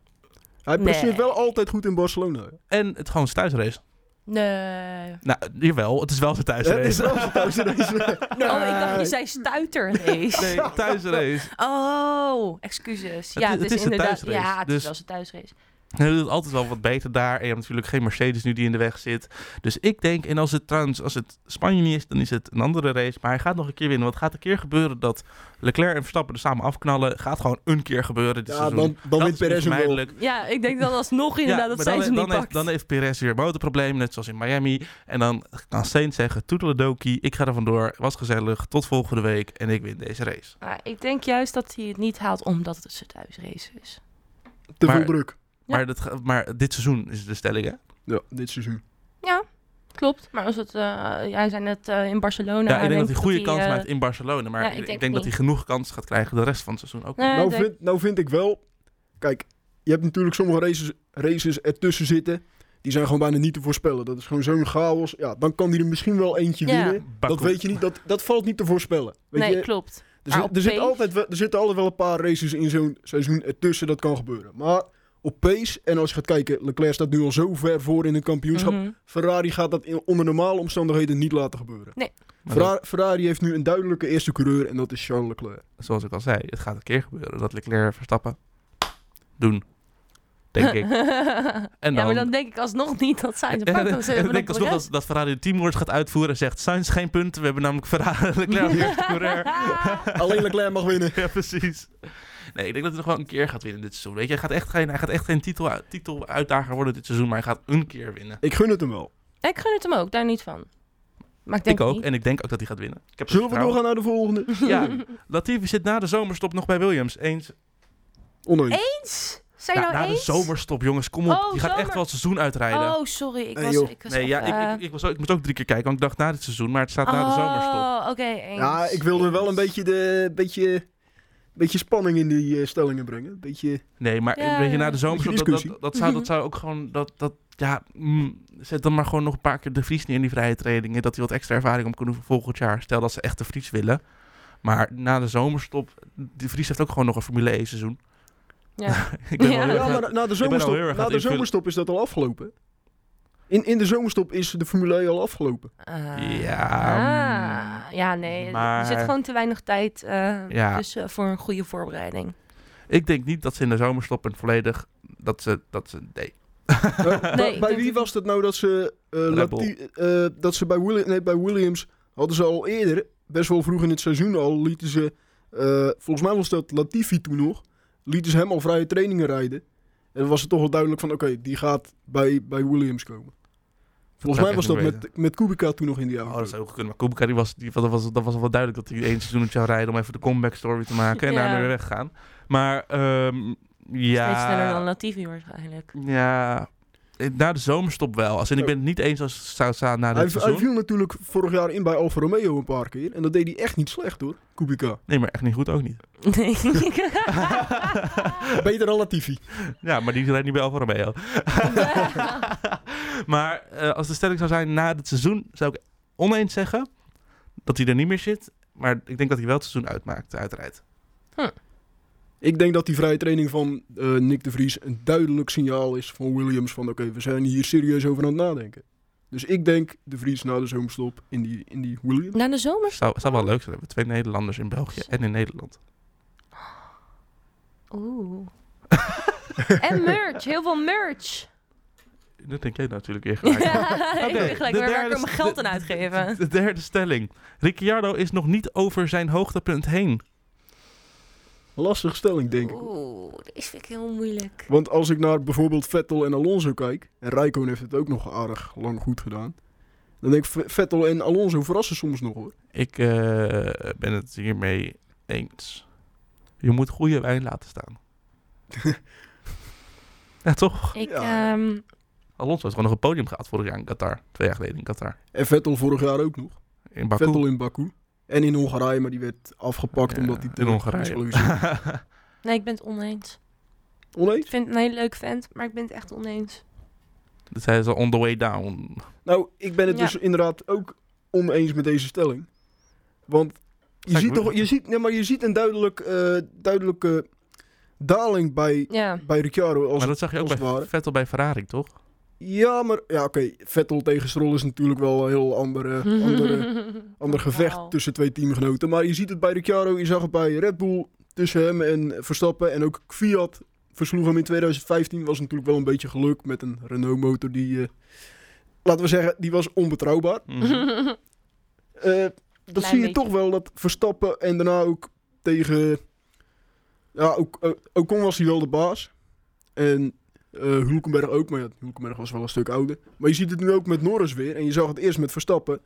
Speaker 2: Hij presteert
Speaker 3: Nee.
Speaker 2: wel altijd goed in Barcelona.
Speaker 1: En het gewoon zijn thuisrace.
Speaker 3: Nee.
Speaker 1: Nou, jawel, het is wel zijn
Speaker 2: Het is
Speaker 1: thuisrace.
Speaker 2: wel zijn thuisrace.
Speaker 3: Oh, ik dacht, je zei stuiterrace.
Speaker 1: Nee, thuisrace.
Speaker 3: Oh, excuses.
Speaker 1: Het
Speaker 3: Ja,
Speaker 1: is-
Speaker 3: het
Speaker 1: het
Speaker 3: is,
Speaker 1: is een
Speaker 3: inderdaad.
Speaker 1: thuisrace,
Speaker 3: Ja, het
Speaker 1: dus-
Speaker 3: is wel zijn thuisrace.
Speaker 1: Hij doet het altijd wel wat beter daar. En je hebt natuurlijk geen Mercedes nu die in de weg zit. Dus ik denk, en als het trouwens, als het Spanje niet is, dan is het een andere race. Maar hij gaat nog een keer winnen. Want het gaat een keer gebeuren dat Leclerc en Verstappen er samen afknallen. Gaat gewoon een keer gebeuren dit
Speaker 2: Ja,
Speaker 1: seizoen.
Speaker 2: dan, dan
Speaker 1: Dat
Speaker 2: wint
Speaker 1: is
Speaker 2: Perez hem wel.
Speaker 1: onvermijdelijk.
Speaker 3: Ja, ik denk dan alsnog inderdaad dat
Speaker 1: maar
Speaker 3: zij
Speaker 1: dan,
Speaker 3: ze
Speaker 1: dan
Speaker 3: niet
Speaker 1: heeft,
Speaker 3: pakt.
Speaker 1: dan heeft Perez weer een motorprobleem, net zoals in Miami. En dan kan Sainz zeggen, toedeledokie, ik ga er vandoor. Was gezellig, tot volgende week en ik win deze race.
Speaker 3: Maar ik denk juist dat hij het niet haalt omdat het zijn thuisrace is.
Speaker 2: Te
Speaker 1: Maar-
Speaker 2: veel druk.
Speaker 3: Ja.
Speaker 1: Maar, dat, ga- maar dit seizoen is de stelling, hè?
Speaker 2: Ja, dit seizoen.
Speaker 3: Klopt, maar als het, eh, jij zei net eh, in Barcelona.
Speaker 1: ja, ik denk dat hij goede kans
Speaker 3: eh,
Speaker 1: maakt in Barcelona. Maar
Speaker 3: Ja,
Speaker 1: ik,
Speaker 3: ik
Speaker 1: ik denk,
Speaker 3: denk
Speaker 1: dat
Speaker 3: niet.
Speaker 1: hij genoeg kans gaat krijgen de rest van het seizoen ook.
Speaker 3: nee,
Speaker 2: nou,
Speaker 3: ik denk-
Speaker 2: vind, nou vind ik wel... Kijk, je hebt natuurlijk sommige races, races ertussen zitten... Die zijn gewoon bijna niet te voorspellen. Dat is gewoon zo'n chaos. Ja, dan kan hij er misschien wel eentje
Speaker 3: Ja.
Speaker 2: winnen. Dat weet je niet. Dat, dat valt niet te voorspellen. Weet
Speaker 3: nee,
Speaker 2: je,
Speaker 3: klopt.
Speaker 2: er,
Speaker 3: maar
Speaker 2: zit-
Speaker 3: op
Speaker 2: er, zit
Speaker 3: pace-
Speaker 2: altijd wel, er zitten altijd wel een paar races in zo'n seizoen ertussen. Dat kan gebeuren. Maar op pace, en als je gaat kijken... Leclerc staat nu al zo ver voor in het kampioenschap.
Speaker 3: Mhm.
Speaker 2: Ferrari gaat dat in, onder normale omstandigheden niet laten gebeuren.
Speaker 1: Maar
Speaker 2: Ferra- Ferrari heeft nu een duidelijke eerste coureur en dat is Charles Leclerc.
Speaker 1: dat- zoals ik al zei, het gaat een keer gebeuren dat Leclerc en verstappen doen. Denk ik. En
Speaker 3: ja, maar
Speaker 1: dan-
Speaker 3: dan denk ik alsnog niet dat zij
Speaker 1: En,
Speaker 3: de
Speaker 1: en,
Speaker 3: pakt.
Speaker 1: en, ik denk alsnog dat, dat Ferrari de teamwoord gaat uitvoeren. Zegt Sainz geen punten. We hebben namelijk Ferrari Leclerc als eerste coureur.
Speaker 2: Alleen Leclerc mag winnen.
Speaker 1: Ja, precies. Nee, ik denk dat hij nog wel een keer gaat winnen dit seizoen. Weet je, hij gaat echt geen, hij gaat echt geen titel, titeluitdager worden dit seizoen, maar hij gaat een keer winnen.
Speaker 2: Ik gun het hem wel.
Speaker 3: Ik gun het hem ook, daar niet van. Maar ik
Speaker 1: Ik,
Speaker 3: denk
Speaker 1: ook,
Speaker 3: niet.
Speaker 1: en ik denk ook dat hij gaat winnen. Ik heb er
Speaker 3: Nou.
Speaker 2: Zullen we
Speaker 1: vertrouwen
Speaker 2: doorgaan naar de
Speaker 1: in.
Speaker 2: volgende?
Speaker 1: Ja, Latifi zit na de zomerstop nog bij Williams. Eens.
Speaker 2: Oneens.
Speaker 3: Eens? Zijn
Speaker 1: Ja,
Speaker 3: nou
Speaker 1: na
Speaker 3: eens?
Speaker 1: de zomerstop, jongens, kom op.
Speaker 3: Oh,
Speaker 1: die gaat echt
Speaker 3: zomer.
Speaker 1: wel het seizoen uitrijden.
Speaker 3: Oh, sorry. Ik
Speaker 2: Nee,
Speaker 3: was,
Speaker 2: joh.
Speaker 3: ik was
Speaker 1: nee, ja,
Speaker 3: even-
Speaker 1: ik, ik, ik, was ook, ik moest ook drie keer kijken, want ik dacht na dit seizoen, maar het staat na de zomerstop.
Speaker 3: Oh, oké. eens.
Speaker 2: Ja, ik wilde wel een
Speaker 3: Eens.
Speaker 2: beetje, de, beetje, beetje spanning in die eh, stellingen brengen. Beetje,
Speaker 1: Nee, maar
Speaker 3: Ja,
Speaker 1: weet je,
Speaker 3: ja.
Speaker 1: na de zomerstop, dat,
Speaker 2: discussie.
Speaker 1: dat, dat, zou, dat zou ook gewoon, dat, dat, ja, mm, zet dan maar gewoon nog een paar keer de Vries neer in die vrije trainingen, dat hij wat extra ervaring op kan doen voor volgend jaar. Stel dat ze echt de Vries willen. Maar na de zomerstop, de Vries heeft ook gewoon nog een Formule 1 seizoen.
Speaker 3: Ja.
Speaker 1: Ik ben wel
Speaker 3: Ja.
Speaker 1: heel
Speaker 2: ja,
Speaker 1: erg-
Speaker 2: maar na- na de
Speaker 1: ben al
Speaker 2: zomerstop,
Speaker 1: heel erg aan het
Speaker 2: na de
Speaker 1: invullen.
Speaker 2: zomerstop is dat al afgelopen. In, in de zomerstop is de Formule 1 al afgelopen.
Speaker 3: Ah.
Speaker 1: Ja, mm.
Speaker 3: Ah. ja, nee.
Speaker 1: maar-
Speaker 3: Er zit gewoon te weinig tijd eh,
Speaker 1: Ja.
Speaker 3: tussen voor een goede voorbereiding.
Speaker 1: Ik denk niet dat ze in de zomerstop en volledig, dat ze, dat ze, nee.
Speaker 2: Eh, bij-
Speaker 3: Nee, ik
Speaker 2: bij
Speaker 3: denk
Speaker 2: wie
Speaker 3: het-
Speaker 2: was het nou dat ze, eh,
Speaker 1: Red Bull.
Speaker 2: Lati- eh, dat ze bij, Willi- nee, bij Williams hadden ze al eerder, best wel vroeg in het seizoen al, lieten ze, eh, volgens mij was dat Latifi toen nog, lieten ze hem al vrije trainingen rijden. En dan was het toch wel duidelijk van, oké, die gaat bij, bij Williams komen. Volgens mij
Speaker 1: ik
Speaker 2: was
Speaker 1: echt
Speaker 2: dat
Speaker 1: niet
Speaker 2: met, met Kubica toen nog in die
Speaker 1: Oh,
Speaker 2: auto.
Speaker 1: dat zou ook kunnen. Maar Kubica, die was, die, dat, was, dat was wel duidelijk dat hij één seizoen zou rijden om even de comeback story te maken en
Speaker 3: Ja.
Speaker 1: daarna weer weggaan. Maar, ehm ja.
Speaker 3: Steeds sneller dan Latifi waarschijnlijk.
Speaker 1: Ja, eh, na de zomerstop wel. Als in, ik ben het niet eens als het zou staan na
Speaker 2: hij,
Speaker 1: dit
Speaker 2: hij
Speaker 1: seizoen.
Speaker 2: viel natuurlijk vorig jaar in bij Alfa Romeo een paar keer. En dat deed hij echt niet slecht hoor, Kubica.
Speaker 1: Nee, maar echt niet goed ook niet.
Speaker 3: Nee.
Speaker 2: Beter dan Latifi.
Speaker 1: Ja, maar die rijdt niet bij Alfa Romeo. maar eh, als de stelling zou zijn na dit seizoen, zou ik oneens zeggen dat hij er niet meer zit. Maar ik denk dat hij wel het seizoen uitmaakt, uitrijdt.
Speaker 2: Ik denk dat die vrije training van eh, Nick de Vries een duidelijk signaal is van Williams van oké, we zijn hier serieus over aan het nadenken. Dus ik denk de Vries na de zomerstop in die, in die Williams.
Speaker 3: Na de zomer?
Speaker 1: Zou, zou wel leuk zijn. We hebben twee Nederlanders in België en in Nederland.
Speaker 3: Oeh. en merch. Heel veel merch.
Speaker 1: Dat denk jij natuurlijk weer
Speaker 3: Ja,
Speaker 1: gelijk.
Speaker 3: ik
Speaker 1: Oké,
Speaker 3: ben gelijk
Speaker 1: de
Speaker 3: weer waar ik
Speaker 1: derde-
Speaker 3: er mijn geld
Speaker 1: de-
Speaker 3: aan uitgeven.
Speaker 1: De derde stelling. Ricciardo is nog niet over zijn hoogtepunt heen.
Speaker 2: Lastige stelling denk ik.
Speaker 3: Oeh, dat is vind ik heel moeilijk.
Speaker 2: Want als ik naar bijvoorbeeld Vettel en Alonso kijk, en Rijkoon heeft het ook nog aardig lang goed gedaan. Dan denk ik V- Vettel en Alonso verrassen soms nog hoor.
Speaker 1: Ik eh, ben het hiermee eens. Je moet goede wijn laten staan. ja, toch?
Speaker 3: Ik,
Speaker 2: Ja.
Speaker 3: ehm,
Speaker 1: Alonso heeft gewoon nog een podium gehad vorig jaar in Qatar. Twee jaar geleden in Qatar.
Speaker 2: En Vettel vorig jaar ook nog.
Speaker 1: In Baku.
Speaker 2: Vettel in Baku. En in Hongarije, maar die werd afgepakt
Speaker 1: Ja,
Speaker 2: omdat hij te-
Speaker 1: in Hongarije.
Speaker 3: nee, ik ben het oneens.
Speaker 2: Oneens?
Speaker 3: Ik vind het een heel leuk vent, maar ik ben het echt oneens.
Speaker 1: Dat zijn ze on the way down.
Speaker 2: Nou, ik ben het
Speaker 3: Ja.
Speaker 2: dus inderdaad ook oneens met deze stelling. Want je
Speaker 1: Kijk,
Speaker 2: ziet,
Speaker 1: we-
Speaker 2: toch, je ziet, nee, maar je ziet een duidelijk, eh, duidelijke daling bij,
Speaker 3: Ja.
Speaker 2: bij Ricciardo. Als,
Speaker 1: maar dat zag je ook
Speaker 2: als
Speaker 1: bij
Speaker 2: het ware.
Speaker 1: Vettel bij Ferrari, toch?
Speaker 2: Ja, maar ja, oké. Vettel tegen Stroll is natuurlijk wel een heel andere, andere, ander gevecht
Speaker 3: Wauw.
Speaker 2: tussen twee teamgenoten. Maar je ziet het bij Ricciardo, je zag het bij Red Bull tussen hem en Verstappen. En ook Fiat versloeg hem in 2015. Was natuurlijk wel een beetje geluk met een Renault-motor die, eh, laten we zeggen, die was onbetrouwbaar.
Speaker 1: Mhm.
Speaker 3: Mhm.
Speaker 2: Eh, dat
Speaker 3: Klein
Speaker 2: zie je
Speaker 3: beetje.
Speaker 2: toch wel, dat Verstappen en daarna ook tegen... Ja, ook, eh, Ocon was hij wel de baas. En eh Hulkenberg ook, maar ja, Hulkenberg was wel een stuk ouder. Maar je ziet het nu ook met Norris weer. En je zag het eerst met Verstappen.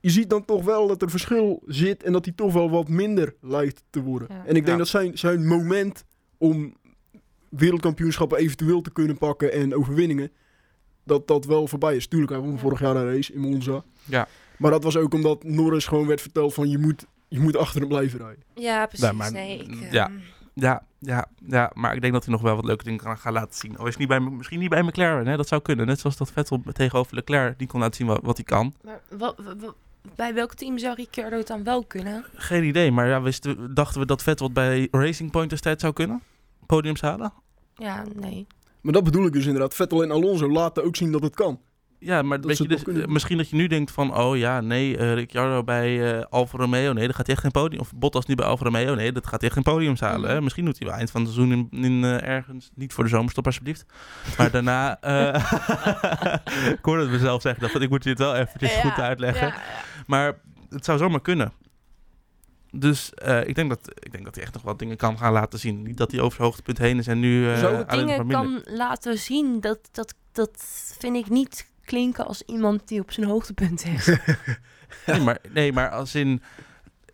Speaker 2: Je ziet dan toch wel dat er verschil zit en dat hij toch wel wat minder lijkt te worden.
Speaker 3: Ja.
Speaker 2: En ik denk
Speaker 1: Ja.
Speaker 2: dat zijn, zijn moment om wereldkampioenschappen eventueel te kunnen pakken en overwinningen, dat dat wel voorbij is. Tuurlijk, hij won
Speaker 3: Ja.
Speaker 2: vorig jaar een race in Monza.
Speaker 1: Ja.
Speaker 2: Maar dat was ook omdat Norris gewoon werd verteld van je moet, je moet achter hem blijven rijden.
Speaker 3: Ja, precies.
Speaker 1: maar-
Speaker 3: nee, ik, eh,
Speaker 1: Mm, ja. Ja, ja, ja, maar ik denk dat hij nog wel wat leuke dingen kan gaan laten zien. Al is het niet bij, misschien niet bij McLaren, hè? dat zou kunnen. Net zoals dat Vettel tegenover Leclerc, die kon laten zien wat, wat hij kan.
Speaker 3: Maar wat, wa- wa- bij welk team zou Ricciardo het dan wel kunnen?
Speaker 1: Geen idee, maar ja, wisten, we- dachten we dat Vettel het bij Racing Point destijds zou kunnen? Podiums halen?
Speaker 3: Ja, nee.
Speaker 2: Maar dat bedoel ik dus inderdaad. Vettel en Alonso laten ook zien dat het kan.
Speaker 1: Ja, maar
Speaker 2: Dat
Speaker 1: weet
Speaker 2: ze
Speaker 1: je,
Speaker 2: het nog
Speaker 1: dus,
Speaker 2: kunnen
Speaker 1: eh,
Speaker 2: doen.
Speaker 1: misschien dat je nu denkt van... oh ja, nee, eh, Ricciardo bij eh Alfa Romeo, nee, dat gaat hij echt geen podium. Of Bottas nu bij Alfa Romeo, nee, dat gaat hij echt geen podiums halen.
Speaker 3: Mhm.
Speaker 1: hè. Misschien doet hij wel eind van het seizoen in, in, eh, ergens... niet voor de zomerstop, alsjeblieft. Maar daarna... eh, ik hoorde het mezelf zeggen, dacht, ik moet dit wel eventjes
Speaker 3: Ja,
Speaker 1: goed uitleggen.
Speaker 3: ja, ja.
Speaker 1: Maar het zou zomaar kunnen. Dus eh, ik, denk dat, ik denk dat hij echt nog wat dingen kan gaan laten zien. Niet dat hij over zijn hoogtepunt heen is en nu eh
Speaker 2: Zou
Speaker 1: alleen
Speaker 2: het
Speaker 1: nog maar
Speaker 3: Dingen
Speaker 1: minder.
Speaker 3: kan laten zien, dat, dat, dat vind ik niet klinken als iemand die op zijn hoogtepunt is.
Speaker 1: Nee, maar, nee, maar als in...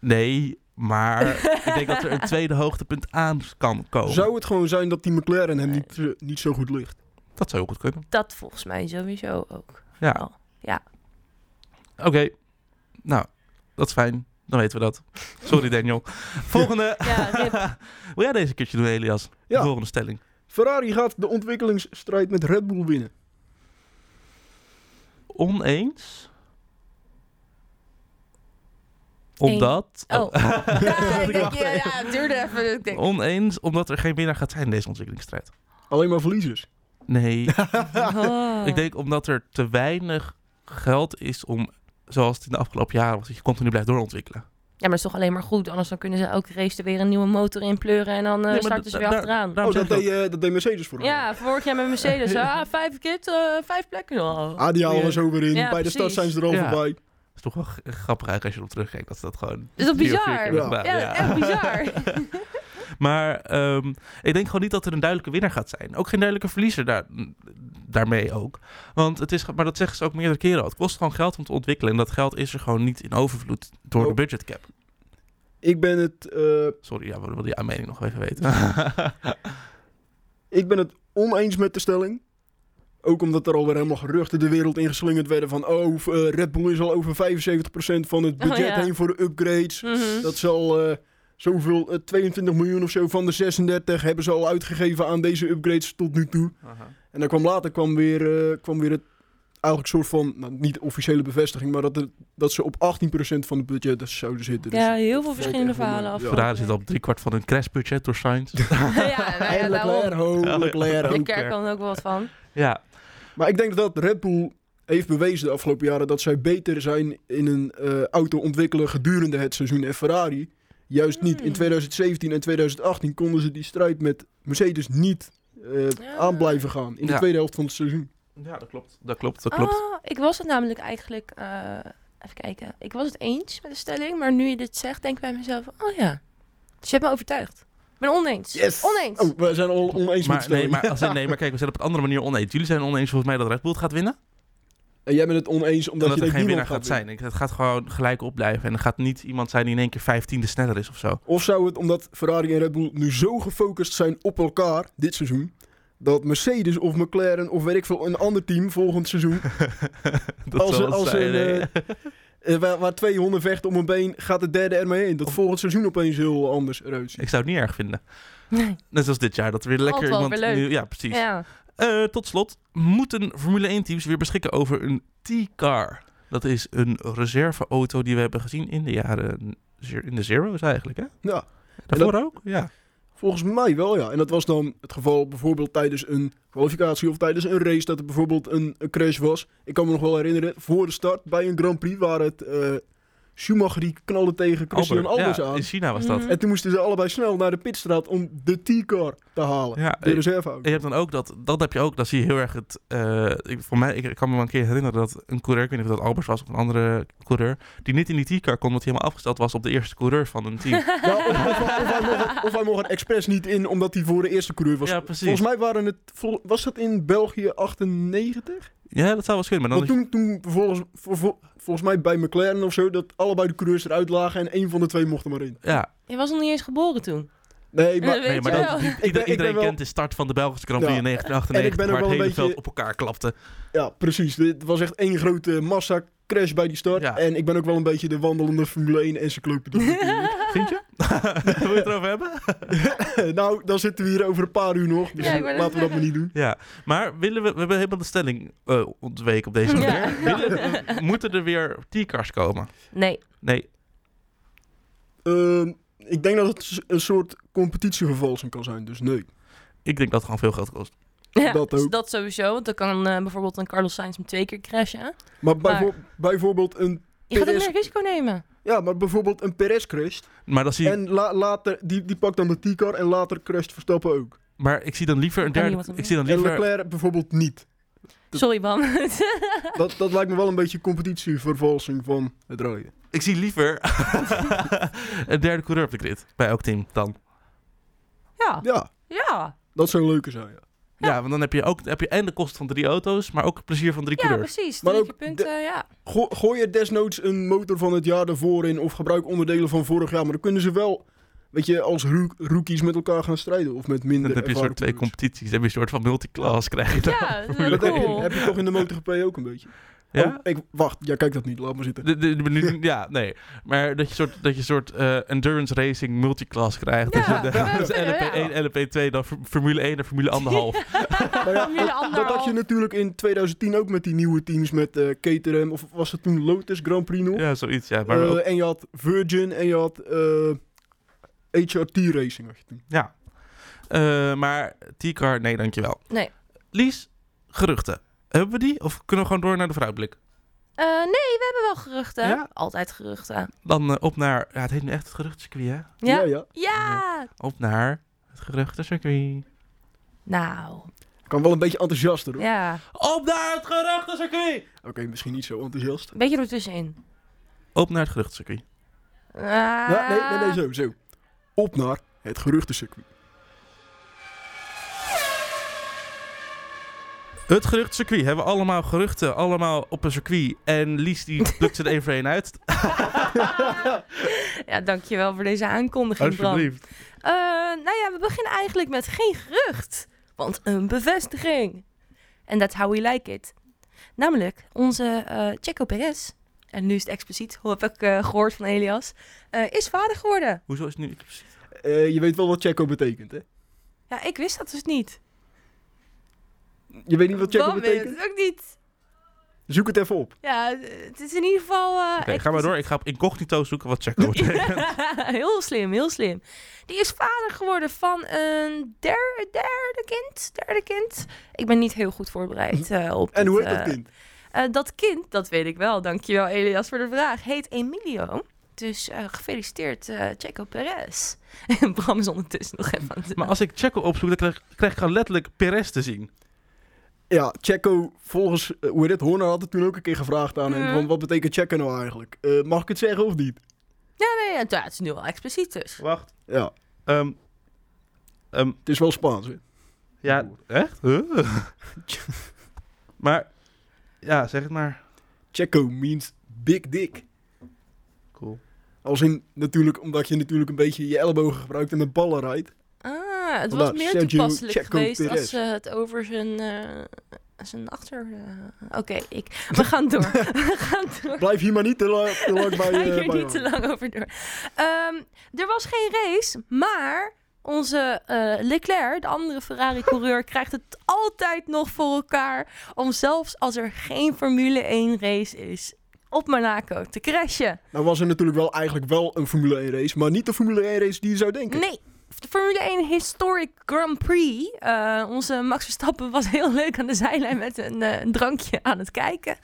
Speaker 1: Nee, maar ik denk dat er een tweede hoogtepunt aan kan komen.
Speaker 2: Zou het gewoon zijn dat die McLaren hem niet, eh, niet zo goed ligt?
Speaker 1: Dat zou heel goed kunnen.
Speaker 3: Dat volgens mij sowieso ook.
Speaker 1: Ja.
Speaker 3: Wel, Oh, ja.
Speaker 1: Oké. Nou, dat is fijn. Dan weten we dat. Sorry, Daniel. Volgende.
Speaker 3: Ja, rip.
Speaker 1: Wil jij deze keertje doen, Elias? De
Speaker 2: Ja.
Speaker 1: volgende stelling.
Speaker 2: Ferrari gaat de ontwikkelingsstrijd met Red Bull winnen.
Speaker 1: Oneens? Omdat...
Speaker 3: Oh. ja, ik denk,
Speaker 1: Wacht
Speaker 3: ja,
Speaker 1: even.
Speaker 3: ja, het duurde even. Ik denk,
Speaker 1: Oneens, omdat er geen winnaar gaat zijn in deze ontwikkelingsstrijd.
Speaker 2: Alleen maar verliezers.
Speaker 1: Nee,
Speaker 3: oh.
Speaker 1: ik denk omdat er te weinig geld is om, zoals het in de afgelopen jaren was, dat je continu blijft doorontwikkelen.
Speaker 3: Ja, maar het is toch alleen maar goed. Anders dan kunnen ze elke race er weer een nieuwe motor in pleuren en dan eh,
Speaker 1: Nee, maar
Speaker 3: starten
Speaker 1: dat-
Speaker 3: ze weer
Speaker 1: daar-
Speaker 3: achteraan.
Speaker 1: daarom
Speaker 2: oh, dat
Speaker 1: zeg ik
Speaker 2: deed, eh, dat deed Mercedes voor hem.
Speaker 3: ja, vorig jaar met Mercedes. ah, vijf keer, eh, vijf plekken. Oh.
Speaker 2: Ah, die halen we zo weer in.
Speaker 3: Ja,
Speaker 2: Bij de stad
Speaker 3: precies.
Speaker 2: zijn ze er al
Speaker 1: Ja.
Speaker 2: voorbij.
Speaker 1: Het is toch wel g- grappig eigenlijk als je erop terugkijkt dat ze dat gewoon...
Speaker 3: Is dat
Speaker 1: drie of
Speaker 3: bizar?
Speaker 1: vier keer hebben
Speaker 2: Ja.
Speaker 1: gedaan,
Speaker 3: Ja, echt bizar.
Speaker 1: Maar ehm, ik denk gewoon niet dat er een duidelijke winnaar gaat zijn. Ook geen duidelijke verliezer daar, daarmee ook. Want het is, ge- maar dat zeggen ze ook meerdere keren al. Het kost gewoon geld om te ontwikkelen. En dat geld is er gewoon niet in overvloed door de
Speaker 2: Oh.
Speaker 1: budgetcap.
Speaker 2: Ik ben het, eh,
Speaker 1: Sorry, ja, we willen die mening nog even weten.
Speaker 2: ik ben het oneens met de stelling. Ook omdat er alweer helemaal geruchten de wereld ingeslingerd werden van... Oh, eh, Red Bull is al over 75% van het budget
Speaker 3: Oh, ja.
Speaker 2: heen voor de upgrades.
Speaker 3: Mhm.
Speaker 2: Dat zal eh, zoveel, eh, 22 miljoen of zo van de 36 hebben ze al uitgegeven aan deze upgrades tot nu toe. En dan kwam later kwam weer, eh, kwam weer het eigenlijk soort van, nou, niet officiële bevestiging, maar dat, er- dat ze op 18% van het budget dus zouden zitten. Dus
Speaker 3: Ja, heel veel
Speaker 2: valt
Speaker 3: verschillende
Speaker 2: echt wel mee.
Speaker 3: verhalen af.
Speaker 2: Ja.
Speaker 1: Ferrari zit al op driekwart van hun crashbudget door Sainz.
Speaker 3: ja, nou ja,
Speaker 2: En Leclerc,
Speaker 3: daarom.
Speaker 2: ho,
Speaker 1: Ja.
Speaker 2: Leclerc,
Speaker 3: De
Speaker 2: ho.
Speaker 3: kerk kan er ook wel wat van.
Speaker 1: ja,
Speaker 2: Maar ik denk dat Red Bull heeft bewezen de afgelopen jaren dat zij beter zijn in een eh, auto ontwikkelen gedurende het seizoen. En Ferrari, juist niet. In
Speaker 3: Hmm.
Speaker 2: 2017 en 2018 konden ze die strijd met Mercedes niet eh,
Speaker 3: Ja.
Speaker 2: aan blijven gaan. In de
Speaker 1: Ja.
Speaker 2: tweede helft van het seizoen.
Speaker 1: ja, dat klopt. Dat klopt, dat klopt.
Speaker 3: Ah, ik was het namelijk eigenlijk... eh, even kijken. Ik was het eens met de stelling, maar nu je dit zegt, denk ik bij mezelf... Oh ja, dus je hebt me overtuigd. Ik ben oneens. Oneens.
Speaker 2: Oh, we zijn al
Speaker 1: Maar,
Speaker 2: oneens met de
Speaker 1: nee,
Speaker 2: stelling.
Speaker 1: maar, als in, nee, maar kijk, we zijn op een andere manier oneens. Jullie zijn oneens volgens mij dat Red Bull het gaat winnen.
Speaker 2: En jij bent het oneens
Speaker 1: Omdat
Speaker 2: omdat, je
Speaker 1: er
Speaker 2: denkt
Speaker 1: geen winnaar
Speaker 2: niemand
Speaker 1: gaat
Speaker 2: winnen.
Speaker 1: zijn. Ik- Het gaat gewoon gelijk opblijven. En er gaat niet iemand zijn die in één keer vijftiende sneller is of zo.
Speaker 2: Of zou het omdat Ferrari en Red Bull nu zo gefocust zijn op elkaar dit seizoen... dat Mercedes of McLaren of weet ik veel, een ander team volgend seizoen
Speaker 1: Dat
Speaker 2: als
Speaker 1: zal
Speaker 2: een,
Speaker 1: wel
Speaker 2: als
Speaker 1: zijn,
Speaker 2: een,
Speaker 1: nee.
Speaker 2: eh, eh, waar, waar twee honden vechten om een been, gaat de derde er maar heen. Dat volgend seizoen opeens heel anders eruit ziet.
Speaker 1: Ik zou het niet erg vinden.
Speaker 3: Nee.
Speaker 1: Net zoals dit jaar, dat er weer
Speaker 3: Altijd
Speaker 1: lekker
Speaker 3: wel
Speaker 1: iemand...
Speaker 3: weer leuk.
Speaker 1: nieuw- ja, precies.
Speaker 3: Ja.
Speaker 1: Eh, tot slot, moeten Formule 1-teams weer beschikken over een T-car? Dat is een reserveauto die we hebben gezien in de jaren... In de zero's eigenlijk, hè?
Speaker 2: Ja,
Speaker 1: Daarvoor ook? Ja.
Speaker 2: volgens mij wel ja. En dat was dan het geval bijvoorbeeld tijdens een kwalificatie of tijdens een race dat er bijvoorbeeld een, een crash was. Ik kan me nog wel herinneren, voor de start bij een Grand Prix waar het eh, Schumacher die knalde tegen Christian
Speaker 1: Albert,
Speaker 2: Albers
Speaker 1: ja,
Speaker 2: aan.
Speaker 1: in China was dat.
Speaker 3: Mhm.
Speaker 2: En toen moesten ze allebei snel naar de pitstraat om de T-car te halen.
Speaker 1: Ja,
Speaker 2: De
Speaker 1: eh,
Speaker 2: reserveauto.
Speaker 1: je hebt dan ook dat, dat heb je ook, dat zie je heel erg het, eh, ik, voor mij, ik kan me wel een keer herinneren dat een coureur, ik weet niet of dat Albers was of een andere coureur, die niet in die T-car kon, omdat hij helemaal afgesteld was op de eerste coureur van een team.
Speaker 2: Ja, of, of- of hij mocht, of hij mocht er expres niet in, omdat hij voor de eerste coureur was.
Speaker 1: Ja, precies.
Speaker 2: Volgens mij waren het, vol- was dat in België 98?
Speaker 1: ja, dat zou wel kunnen, maar dan
Speaker 2: Want toen, toen volgens, vol- vol- volgens mij bij McLaren of zo, dat allebei de coureurs eruit lagen en één van de twee mocht er maar in.
Speaker 1: is- ja,
Speaker 3: Je was nog niet eens geboren toen.
Speaker 2: Nee, maar,
Speaker 1: nee,
Speaker 3: Weet
Speaker 1: maar
Speaker 3: je
Speaker 1: dat,
Speaker 3: wel.
Speaker 1: die-
Speaker 2: Ik ben-
Speaker 1: ieder-
Speaker 2: ik ben
Speaker 1: iedereen
Speaker 2: wel-
Speaker 1: kent de start van de Belgische Grand Prix
Speaker 2: Ja.
Speaker 1: in
Speaker 2: En ik ben
Speaker 1: 1998,
Speaker 2: ook
Speaker 1: waar het
Speaker 2: wel
Speaker 1: hele
Speaker 2: een
Speaker 1: veld
Speaker 2: beetje-
Speaker 1: op elkaar klapte.
Speaker 2: ja, precies. Dit was echt één grote massa crash bij die start.
Speaker 1: Ja.
Speaker 2: En ik ben ook wel een beetje de wandelende Formule 1 encyclopedie. natuurlijk.
Speaker 1: Vind je? Wil je het erover hebben?
Speaker 2: nou, dan zitten we hier over een paar uur nog, dus
Speaker 3: Ja, ik wou net
Speaker 2: laten we dat maar niet doen.
Speaker 1: Ja, maar willen we, we hebben helemaal de stelling eh ontweken op deze manier.
Speaker 3: Ja.
Speaker 1: Willen we- moeten er weer T-cars komen?
Speaker 3: Nee.
Speaker 1: Nee,
Speaker 2: Ehm, ik denk dat het s- een soort competitievervalsing kan zijn, dus nee.
Speaker 1: ik denk dat het gewoon veel geld kost.
Speaker 3: Ja,
Speaker 2: Dat
Speaker 3: dus
Speaker 2: ook.
Speaker 3: dat sowieso, want dan kan eh, bijvoorbeeld een Carlos Sainz hem twee keer crashen.
Speaker 2: Maar, bijvo- bijvoorbeeld een...
Speaker 3: Je gaat ook
Speaker 2: Perez-
Speaker 3: meer risico nemen.
Speaker 2: Ja, maar bijvoorbeeld een Perez crasht.
Speaker 1: Maar dan zie ik
Speaker 2: En la- later, die, die pakt dan de T-car en later crasht Verstappen ook.
Speaker 1: Maar ik zie dan liever een
Speaker 3: Kan
Speaker 1: derde.
Speaker 3: niemand hem
Speaker 1: Ik zie dan
Speaker 2: En
Speaker 1: liever.
Speaker 2: Leclerc bijvoorbeeld niet. Dat-
Speaker 3: Sorry, man.
Speaker 2: Dat, dat lijkt me wel een beetje competitievervalsing van het rijden.
Speaker 1: Ik zie liever een derde coureur op de grid bij elk team dan.
Speaker 3: ja.
Speaker 2: Ja,
Speaker 3: Ja.
Speaker 2: dat zou leuker zijn, ja.
Speaker 1: Ja, want dan heb je ook heb je en de kosten van drie auto's, maar ook het plezier van drie
Speaker 3: Ja,
Speaker 1: coureurs.
Speaker 3: precies.
Speaker 2: Maar
Speaker 3: Drie
Speaker 2: ook
Speaker 3: keer punten, eh, ja.
Speaker 2: Go- gooi er desnoods een motor van het jaar ervoor in of gebruik onderdelen van vorig jaar. Maar dan kunnen ze wel, weet je, als roo- rookies met elkaar gaan strijden. Of met minder
Speaker 1: Dan heb je een soort
Speaker 2: ervaren
Speaker 1: twee
Speaker 2: coureurs.
Speaker 1: competities. Dan heb je een soort van multiclass krijg je dan.
Speaker 3: Ja, dat is
Speaker 1: Formule
Speaker 2: Dat heb je,
Speaker 3: Cool.
Speaker 2: heb je toch in de MotoGP ook een beetje.
Speaker 1: Ja?
Speaker 2: Oh, ik, wacht, ja, kijk dat niet. Laat maar zitten.
Speaker 1: De- de- de- de- ja, nee. Maar dat je soort, dat je soort eh, endurance racing multiclass krijgt.
Speaker 3: Ja,
Speaker 1: dus eh,
Speaker 3: ja,
Speaker 1: dus
Speaker 3: ja.
Speaker 1: LP1, LP2, dan F- Formule 1 en Formule 1,5.
Speaker 2: Nou ja,
Speaker 3: Formule
Speaker 2: dat, dat had je
Speaker 3: anderhalf.
Speaker 2: natuurlijk in 2010 ook met die nieuwe teams met eh Caterham. Of was het toen Lotus Grand Prix nog?
Speaker 1: Ja, zoiets. Ja, maar
Speaker 2: Eh,
Speaker 1: ook-
Speaker 2: en je had Virgin en je had eh, HRT Racing. Had je toen.
Speaker 1: ja. Eh, maar T-car, nee, dankjewel.
Speaker 3: Nee.
Speaker 1: Lies, geruchten. Hebben we die? Of kunnen we gewoon door naar de vooruitblik?
Speaker 3: Eh, nee, we hebben wel geruchten.
Speaker 1: Ja?
Speaker 3: Altijd geruchten.
Speaker 1: Dan eh, op naar, ja, het heet nu echt het geruchtencircuit, hè?
Speaker 3: Ja?
Speaker 2: ja,
Speaker 3: Ja.
Speaker 2: ja.
Speaker 1: Op naar het geruchtencircuit.
Speaker 3: Nou,
Speaker 2: Kan wel een beetje enthousiaster hoor.
Speaker 3: ja.
Speaker 1: Op naar het geruchtencircuit!
Speaker 2: Oké, misschien niet zo enthousiast.
Speaker 3: Een beetje ertussenin.
Speaker 1: Op naar het geruchtencircuit.
Speaker 3: Ah.
Speaker 2: Ja, nee, nee, nee, zo, zo. Op naar het geruchtencircuit.
Speaker 1: Het geruchtencircuit. Hebben we allemaal geruchten, allemaal op een circuit. En Lies die plukt ze er één voor één uit.
Speaker 3: Ja, dankjewel voor deze aankondiging, Bram.
Speaker 1: Alsjeblieft.
Speaker 3: Eh, nou ja, we beginnen eigenlijk met geen gerucht, want een bevestiging. En that's how we like it. Namelijk, onze eh Checo Perez, en nu is het expliciet, hoe heb ik eh, gehoord van Elias, eh, is vader geworden.
Speaker 1: Hoezo is het nu...
Speaker 2: Eh, je weet wel wat Checo betekent, hè?
Speaker 3: Ja, ik wist dat dus niet.
Speaker 2: Je weet niet wat Checo
Speaker 3: Bram weet
Speaker 2: betekent?
Speaker 3: het ook niet.
Speaker 2: Zoek het even op.
Speaker 3: Ja, het is in ieder geval... eh,
Speaker 1: Oké, ga maar door. Ik ga op incognito zoeken wat Checo betekent.
Speaker 3: heel slim, heel slim. Die is vader geworden van een derde, derde kind. Derde kind. Ik ben niet heel goed voorbereid eh, op
Speaker 2: Hm. En
Speaker 3: dit,
Speaker 2: hoe heet
Speaker 3: eh,
Speaker 2: dat kind?
Speaker 3: Eh, dat kind, dat weet ik wel. Dankjewel Elias voor de vraag. Heet Emilio. Dus eh, gefeliciteerd eh Checo Perez. En Bram is ondertussen nog even aan het...
Speaker 1: Maar als ik Checo opzoek, dan krijg, krijg ik gewoon letterlijk Perez te zien.
Speaker 2: Ja, Checo, volgens, eh, hoe heet het, Horner had het toen ook een keer gevraagd aan hem.
Speaker 3: Mhm.
Speaker 2: Van, wat betekent Checo nou eigenlijk? Eh, mag ik het zeggen of niet?
Speaker 3: Ja, nee, ja, ja, het is nu al expliciet dus.
Speaker 1: Wacht.
Speaker 2: Ja,
Speaker 1: Ehm, ehm,
Speaker 2: het is wel Spaans, hè?
Speaker 1: ja, echt? Huh? maar, ja, zeg het maar.
Speaker 2: Checo means big dick.
Speaker 1: Cool.
Speaker 2: Als in, natuurlijk, omdat je natuurlijk een beetje je ellebogen gebruikt en met ballen rijdt.
Speaker 3: Ah, het was
Speaker 2: Voilà,
Speaker 3: meer
Speaker 2: Sergio
Speaker 3: toepasselijk
Speaker 2: Checo
Speaker 3: geweest
Speaker 2: Perez.
Speaker 3: als eh, het over zijn... eh, zijn achter... eh, Oké, ik... We gaan door. We gaan door.
Speaker 2: Blijf hier maar niet te, la- te lang bij.
Speaker 3: Ga
Speaker 2: eh,
Speaker 3: hier
Speaker 2: bij
Speaker 3: niet te
Speaker 2: hangen.
Speaker 3: lang over door. Ehm, er was geen race, maar Onze eh, Leclerc, de andere Ferrari-coureur, krijgt het altijd nog voor elkaar om zelfs als er geen Formule 1 race is, op Monaco te crashen.
Speaker 2: Nou was er natuurlijk wel eigenlijk wel een Formule 1 race, maar niet de Formule 1 race die je zou denken.
Speaker 3: Nee, de Formule 1 Historic Grand Prix. Eh, onze Max Verstappen was heel leuk aan de zijlijn met een, eh, een drankje aan het kijken.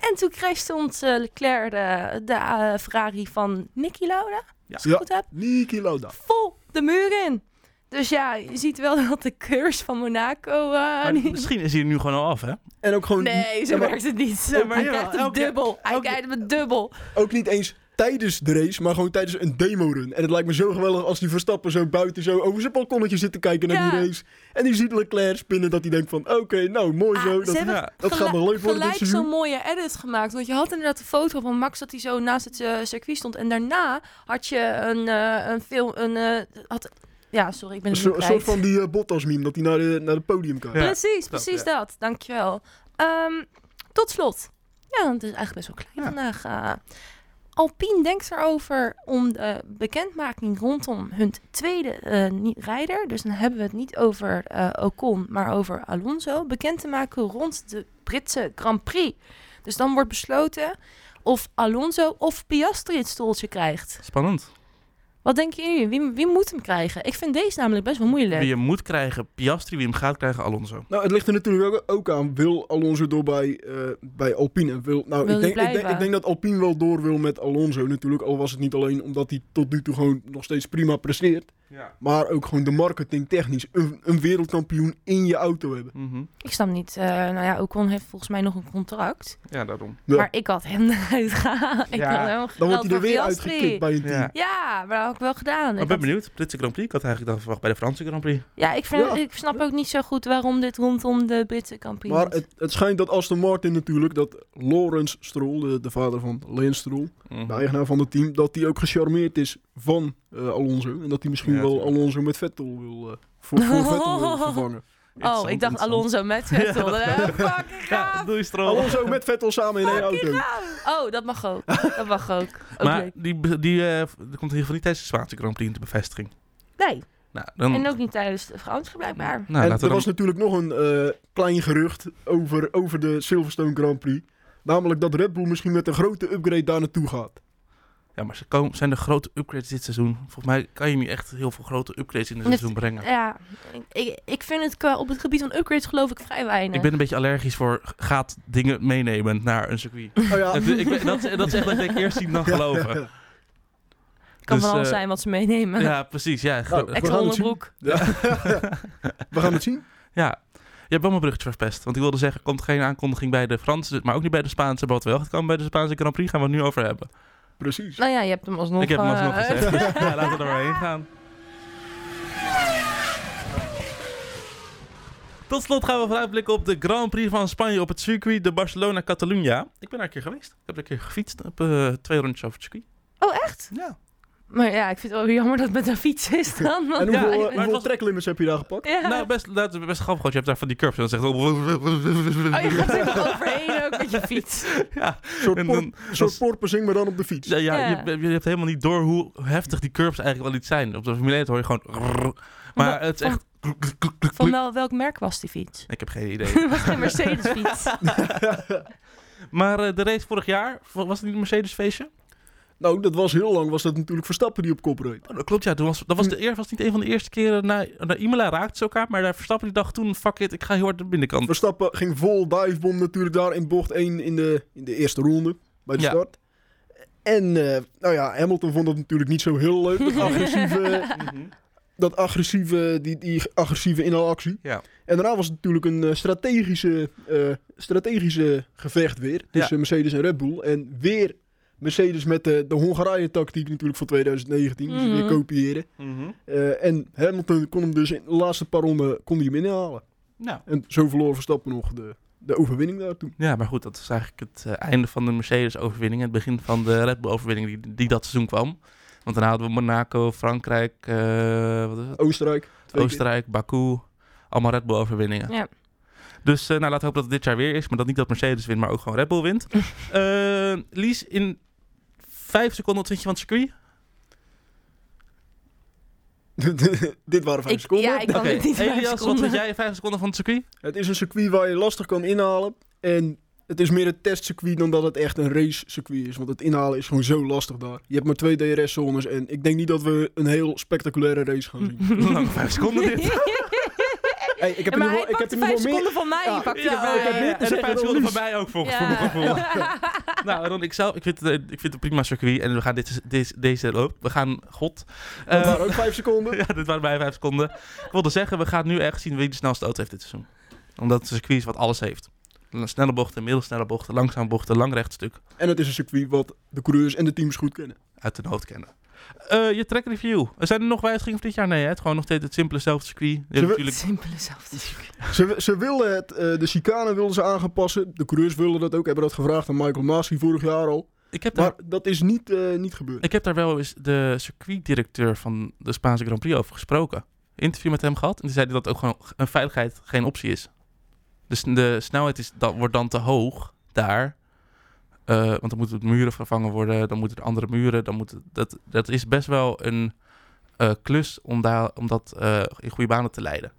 Speaker 3: En toen crashte ons eh, Leclerc de, de eh, Ferrari van Nicky Lauda, als
Speaker 2: Ja.
Speaker 3: ik het goed heb.
Speaker 2: Niki Lauda.
Speaker 3: vol de muur in. Dus ja, je ziet wel dat de curse van Monaco... eh,
Speaker 1: Maar
Speaker 3: niet-
Speaker 1: misschien is hij er nu gewoon al af, hè?
Speaker 2: En ook gewoon
Speaker 3: Nee, zo
Speaker 2: ja, maar
Speaker 3: werkt het niet.
Speaker 2: Ja, maar
Speaker 3: hij
Speaker 2: ja,
Speaker 3: krijgt hem
Speaker 2: elke-
Speaker 3: dubbel. Hij
Speaker 2: elke-
Speaker 3: krijgt hem dubbel.
Speaker 2: ook niet eens tijdens de race, maar gewoon tijdens een demo-run. En het lijkt me zo geweldig als die Verstappen zo buiten zo over zijn balkonnetje zit te kijken naar die
Speaker 3: Ja.
Speaker 2: race. En die ziet Leclerc spinnen dat hij denkt van, oké, nou, mooi
Speaker 3: Ah,
Speaker 2: zo.
Speaker 3: ze
Speaker 2: Dat,
Speaker 1: hebben
Speaker 2: ja, dat gaat nog leuk worden dit
Speaker 3: Gelijk
Speaker 2: seizoen.
Speaker 3: zo'n mooie edit gemaakt. Want je had inderdaad een foto van Max dat hij zo naast het eh, circuit stond. En daarna had je een, eh een film... Een, eh, had, ja, sorry, ik ben
Speaker 2: Een
Speaker 3: het
Speaker 2: soort-
Speaker 3: nu
Speaker 2: een
Speaker 3: kwijt.
Speaker 2: soort van die eh, Bottas-meme, dat hij naar de, naar de podium kijkt.
Speaker 1: Ja,
Speaker 3: precies,
Speaker 1: dat,
Speaker 3: precies
Speaker 1: ja.
Speaker 3: dat. Dankjewel. Ehm, tot slot. Ja, want het is eigenlijk best wel klein
Speaker 1: Ja.
Speaker 3: vandaag. eh. Alpine denkt erover om de bekendmaking rondom hun tweede eh, nie- rijder, dus dan hebben we het niet over eh, Ocon, maar over Alonso, bekend te maken rond de Britse Grand Prix. Dus dan wordt besloten of Alonso of Piastri het stoeltje krijgt.
Speaker 1: Spannend.
Speaker 3: Wat denken jullie? Wie, wie moet hem krijgen? Ik vind deze namelijk best wel moeilijk.
Speaker 1: Wie je moet krijgen, Piastri. Wie hem gaat krijgen, Alonso.
Speaker 2: Nou, het ligt er natuurlijk ook, ook aan. Wil Alonso door bij, eh, bij Alpine? En Wil, nou,
Speaker 3: Wil
Speaker 2: ik,
Speaker 3: hij
Speaker 2: denk, ik, denk,
Speaker 3: blijven?
Speaker 2: ik denk dat Alpine wel door wil met Alonso natuurlijk. Al was het niet alleen omdat hij tot nu toe gewoon nog steeds prima presteert.
Speaker 1: Ja.
Speaker 2: Maar ook gewoon de marketing technisch. Een, een wereldkampioen in je auto hebben.
Speaker 1: Mhm.
Speaker 3: Ik snap niet. eh, nou ja, Ocon heeft volgens mij nog een contract.
Speaker 1: Ja, daarom.
Speaker 2: Ja.
Speaker 3: Maar ik had hem eruit gehaald. Ik
Speaker 1: Ja,
Speaker 3: had hem
Speaker 2: Dan
Speaker 3: gehaald
Speaker 2: wordt hij er
Speaker 3: voor
Speaker 2: weer
Speaker 3: Piastri.
Speaker 2: uitgekikt bij een team.
Speaker 1: Ja.
Speaker 3: Ja, maar dat had ik wel
Speaker 1: Maar
Speaker 3: gedaan. Ik
Speaker 1: ik ben
Speaker 3: had-
Speaker 1: benieuwd. Britse Grand Prix. Ik had eigenlijk dan verwacht bij de Franse Grand Prix.
Speaker 3: ja, ik, vind,
Speaker 2: Ja.
Speaker 3: ik snap ook niet zo goed waarom dit rondom de Britse kampioen
Speaker 2: Maar
Speaker 3: is.
Speaker 2: het, het schijnt dat Aston Martin natuurlijk, dat Lawrence Stroll, de, de vader van Lance Stroll,
Speaker 1: Mhm.
Speaker 2: de eigenaar van het team, dat die ook gecharmeerd is van eh, Alonso. En dat hij misschien
Speaker 1: Ja,
Speaker 2: wel
Speaker 1: tuurlijk.
Speaker 2: Alonso met Vettel wil, eh, voor, voor Vettel wil vervangen.
Speaker 1: Interessant,
Speaker 3: Oh, ik dacht
Speaker 1: interessant.
Speaker 3: Alonso met Vettel. Eh, fucking
Speaker 1: Ja,
Speaker 3: gaaf.
Speaker 1: doei Stroll.
Speaker 2: Alonso met Vettel samen in één auto.
Speaker 3: Oh, dat mag ook. Dat mag ook. Ook
Speaker 1: Maar
Speaker 3: leuk.
Speaker 1: die, die eh, er komt in ieder geval niet tijdens de Spaanse Grand Prix in de bevestiging.
Speaker 3: Nee,
Speaker 1: Nou, dan...
Speaker 3: en ook niet tijdens de Frans blijkbaar.
Speaker 1: Nou,
Speaker 2: en er
Speaker 1: laten we
Speaker 2: was
Speaker 1: dan...
Speaker 2: natuurlijk nog een eh, klein gerucht over, over de Silverstone Grand Prix. Namelijk dat Red Bull misschien met een grote upgrade daar naartoe gaat.
Speaker 1: Ja, maar ze komen, zijn er grote upgrades dit seizoen? Volgens mij kan je niet echt heel veel grote upgrades in het
Speaker 3: Net-
Speaker 1: seizoen brengen.
Speaker 3: Ja, ik- ik, ik vind het qua- op het gebied van upgrades geloof ik vrij weinig.
Speaker 1: Ik ben een beetje allergisch voor gaat dingen meenemen naar een circuit.
Speaker 2: Oh ja,
Speaker 1: Het- ik ben- dat, dat is echt dat ik eerst zien dan geloven.
Speaker 3: kan
Speaker 1: dus,
Speaker 3: wel alles
Speaker 1: eh,
Speaker 3: zijn wat ze meenemen.
Speaker 1: Ja, precies. Ja, gro-
Speaker 2: Nou, we
Speaker 3: Extra
Speaker 2: gaan het zien.
Speaker 3: onderbroek.
Speaker 2: Ja. We gaan het zien.
Speaker 1: ja. Je hebt wel mijn bruggetje verpest. Want ik wilde zeggen, er komt geen aankondiging bij de Franse, maar ook niet bij de Spaanse. Maar wat wel gaat komen bij de Spaanse Grand Prix, gaan we het nu over hebben.
Speaker 2: Precies.
Speaker 3: Nou ja, je hebt hem alsnog.
Speaker 1: ik heb hem alsnog
Speaker 3: eh,
Speaker 1: gezegd. ja, laten we er maar heen gaan. Tot slot gaan we vooruitblikken op de Grand Prix van Spanje op het circuit de Barcelona Catalunya. Ik ben daar een keer geweest. Ik heb er een keer gefietst. Ik heb eh, twee rondjes over het circuit.
Speaker 3: Oh, echt?
Speaker 1: Ja.
Speaker 3: Maar ja, ik vind het wel jammer dat het met een fiets is dan.
Speaker 2: En
Speaker 3: Want
Speaker 2: hoeveel, eh,
Speaker 1: maar het
Speaker 2: hoeveel
Speaker 1: was-
Speaker 2: tracklimits heb je daar gepakt?
Speaker 3: ja.
Speaker 1: Nou, best, dat is best grappig. want Je hebt daar van die curbs en dan zegt het-
Speaker 3: Oh, je gaat er wel overheen ook met je fiets.
Speaker 1: ja,
Speaker 2: Een soort,
Speaker 1: en
Speaker 2: por-
Speaker 1: dan,
Speaker 2: een soort porpoising, maar dan op de fiets.
Speaker 1: ja, ja,
Speaker 3: Ja.
Speaker 1: Je, je hebt helemaal niet door hoe heftig die curbs eigenlijk wel niet zijn. Op de Formule 1 hoor je gewoon... Maar het is echt...
Speaker 3: Van wel, welk merk was die fiets?
Speaker 1: Ik heb geen idee.
Speaker 3: Het was geen Mercedes fiets.
Speaker 1: Maar eh, de race vorig jaar, was het niet een Mercedes feestje?
Speaker 2: Nou, dat was heel lang, was dat natuurlijk Verstappen die op kop reed.
Speaker 1: Oh, dat klopt, ja. Toen was, dat was, de, eer- was niet een van de eerste keren. Na, na Imola raakten ze elkaar, maar daar Verstappen die dag toen... Fuck it, ik ga heel hard de binnenkant.
Speaker 2: Verstappen ging vol divebom natuurlijk daar in bocht 1 in de, in de eerste ronde, bij de
Speaker 1: Ja.
Speaker 2: start. En, eh, nou ja, Hamilton vond dat natuurlijk niet zo heel leuk, dat agressieve,
Speaker 1: Mhm.
Speaker 2: dat agressieve, die, die agressieve inhaalactie.
Speaker 1: Ja.
Speaker 2: En daarna was het natuurlijk een eh, strategische, eh, strategische gevecht weer tussen Mercedes en Red Bull. En weer Mercedes met eh, de, de Hongarije-tactiek natuurlijk van 2019, dus
Speaker 3: Mhm.
Speaker 2: weer kopiëren.
Speaker 1: Mhm.
Speaker 2: Eh, en Hamilton kon hem dus in de laatste paar ronden kon hij hem inhalen.
Speaker 1: Nou,
Speaker 2: En zo verloor Verstappen nog de, de overwinning daartoe.
Speaker 1: ja, maar goed, dat is eigenlijk het eh, einde van de Mercedes-overwinning. Het begin van de Red Bull-overwinning die, die dat seizoen kwam. Want daarna hadden we Monaco, Frankrijk, eh, wat is het?
Speaker 2: Oostenrijk. twee
Speaker 1: Oostenrijk, Baku. Allemaal Red Bull-overwinningen.
Speaker 3: Ja.
Speaker 1: Dus eh, nou, laten we hopen dat het dit jaar weer is. Maar dat niet dat Mercedes wint, maar ook gewoon Red Bull wint. Eh, Lies, in vijf seconden wat vind je van het circuit?
Speaker 2: keer. Dit waren vijf
Speaker 3: Ik-
Speaker 2: seconden.
Speaker 3: ja, ik kan
Speaker 1: Oké,
Speaker 3: het niet in vijf
Speaker 1: Elias, wat
Speaker 3: seconden.
Speaker 1: vind jij in vijf seconden van het circuit?
Speaker 2: Het is een circuit waar je lastig kan inhalen. En het is meer een testcircuit dan dat het echt een racecircuit is. Want het inhalen is gewoon zo lastig daar. Je hebt maar twee DRS-zones. En ik denk niet dat we een heel spectaculaire race gaan zien.
Speaker 1: Lang vijf seconden dit.
Speaker 2: Hey, ik heb
Speaker 3: maar
Speaker 2: in
Speaker 3: hij
Speaker 2: ieder geval- ik
Speaker 3: pakt
Speaker 2: heb
Speaker 3: de
Speaker 2: in ieder
Speaker 3: vijf
Speaker 2: geval meer...
Speaker 3: seconden van mij.
Speaker 2: Ja,
Speaker 3: die pakt hij
Speaker 1: Ja,
Speaker 3: erbij.
Speaker 1: ja, ja,
Speaker 2: net
Speaker 1: en
Speaker 2: te
Speaker 1: de
Speaker 2: zeggen,
Speaker 1: vijf
Speaker 2: dat
Speaker 1: seconden van
Speaker 2: liefst.
Speaker 1: mij ook volgens
Speaker 3: Ja.
Speaker 1: voor mijn gevoel. Nou, Ron, ik, zelf, ik, vind het, eh, ik vind het een prima circuit. En we gaan dit, deze, deze oh, we gaan, god. Eh,
Speaker 2: Dat waren ook vijf seconden.
Speaker 1: ja, dit waren bij vijf seconden. Ik wilde zeggen, we gaan nu echt zien wie de snelste auto heeft dit seizoen. Omdat het een circuit is wat alles heeft. Een Snelle bochten, middelsnelle bochten, langzaam bochten, lang rechtstuk.
Speaker 2: En het is een circuit wat de coureurs en de teams goed kennen.
Speaker 1: Uit de hoofd kennen. Eh, je track review. Zijn er nog wijzigingen voor dit jaar? Nee, hè? het gewoon nog steeds het simpele zelfde circuit. Je hebt
Speaker 2: Zullen we-
Speaker 1: natuurlijk
Speaker 3: Simpele zelfde.
Speaker 2: Ze, ze wilden het, eh, de chicane wilden ze aangepassen. De coureurs wilden dat ook. Hebben dat gevraagd aan Michael Masi vorig jaar al.
Speaker 1: Ik heb, daar,
Speaker 2: Maar dat is niet, eh, niet gebeurd.
Speaker 1: ik heb daar wel eens de circuitdirecteur van de Spaanse Grand Prix over gesproken. Interview met hem gehad. En die zei dat ook gewoon een veiligheid geen optie is. Dus de snelheid is, dat wordt dan te hoog daar. Eh, want dan moeten de muren vervangen worden. Dan moeten er andere muren. Dan moeten dat, dat is best wel een eh, klus om, daar, om dat eh, in goede banen te leiden.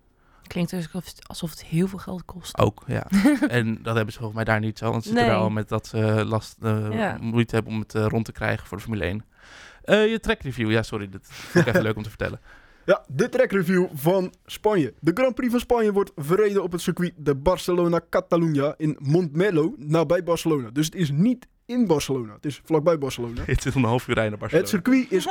Speaker 3: Klinkt dus alsof het, alsof het heel veel geld kost.
Speaker 1: Ook, ja. en dat hebben ze volgens mij daar niet zo. Want ze zitten
Speaker 3: Nee.
Speaker 1: daar al met dat ze last, eh,
Speaker 3: Ja.
Speaker 1: moeite hebben om het eh, rond te krijgen voor de Formule 1. Eh, je track review, ja, sorry. Dat vond ik even leuk om te vertellen.
Speaker 2: Ja, de trackreview van Spanje. De Grand Prix van Spanje wordt verreden op het circuit de Barcelona Catalunya in Montmelo, nabij Barcelona. Dus het is niet in Barcelona, het is vlakbij Barcelona.
Speaker 1: Het zit om een half uur rijden naar
Speaker 2: Het
Speaker 1: Barcelona.
Speaker 2: circuit is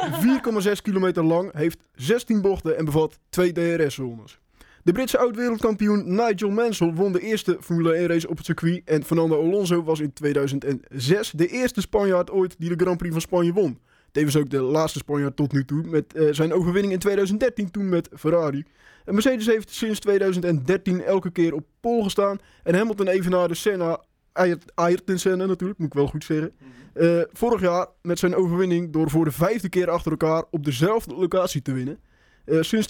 Speaker 2: 4,6 kilometer lang, heeft 16 bochten en bevat twee DRS-zones. De Britse oud-wereldkampioen Nigel Mansell won de eerste Formule 1-race op het circuit en Fernando Alonso was in 2006 de eerste Spanjaard ooit die de Grand Prix van Spanje won. Tevens ook de laatste Spanjaard tot nu toe met eh, zijn overwinning in 2013 toen met Ferrari. En Mercedes heeft sinds 2013 elke keer op pol gestaan en Hamilton evenaarde Senna, Ayrton- Ayrton Senna natuurlijk, moet ik wel goed zeggen. Eh, vorig jaar met zijn overwinning door voor de vijfde keer achter elkaar op dezelfde locatie te winnen. Eh, sinds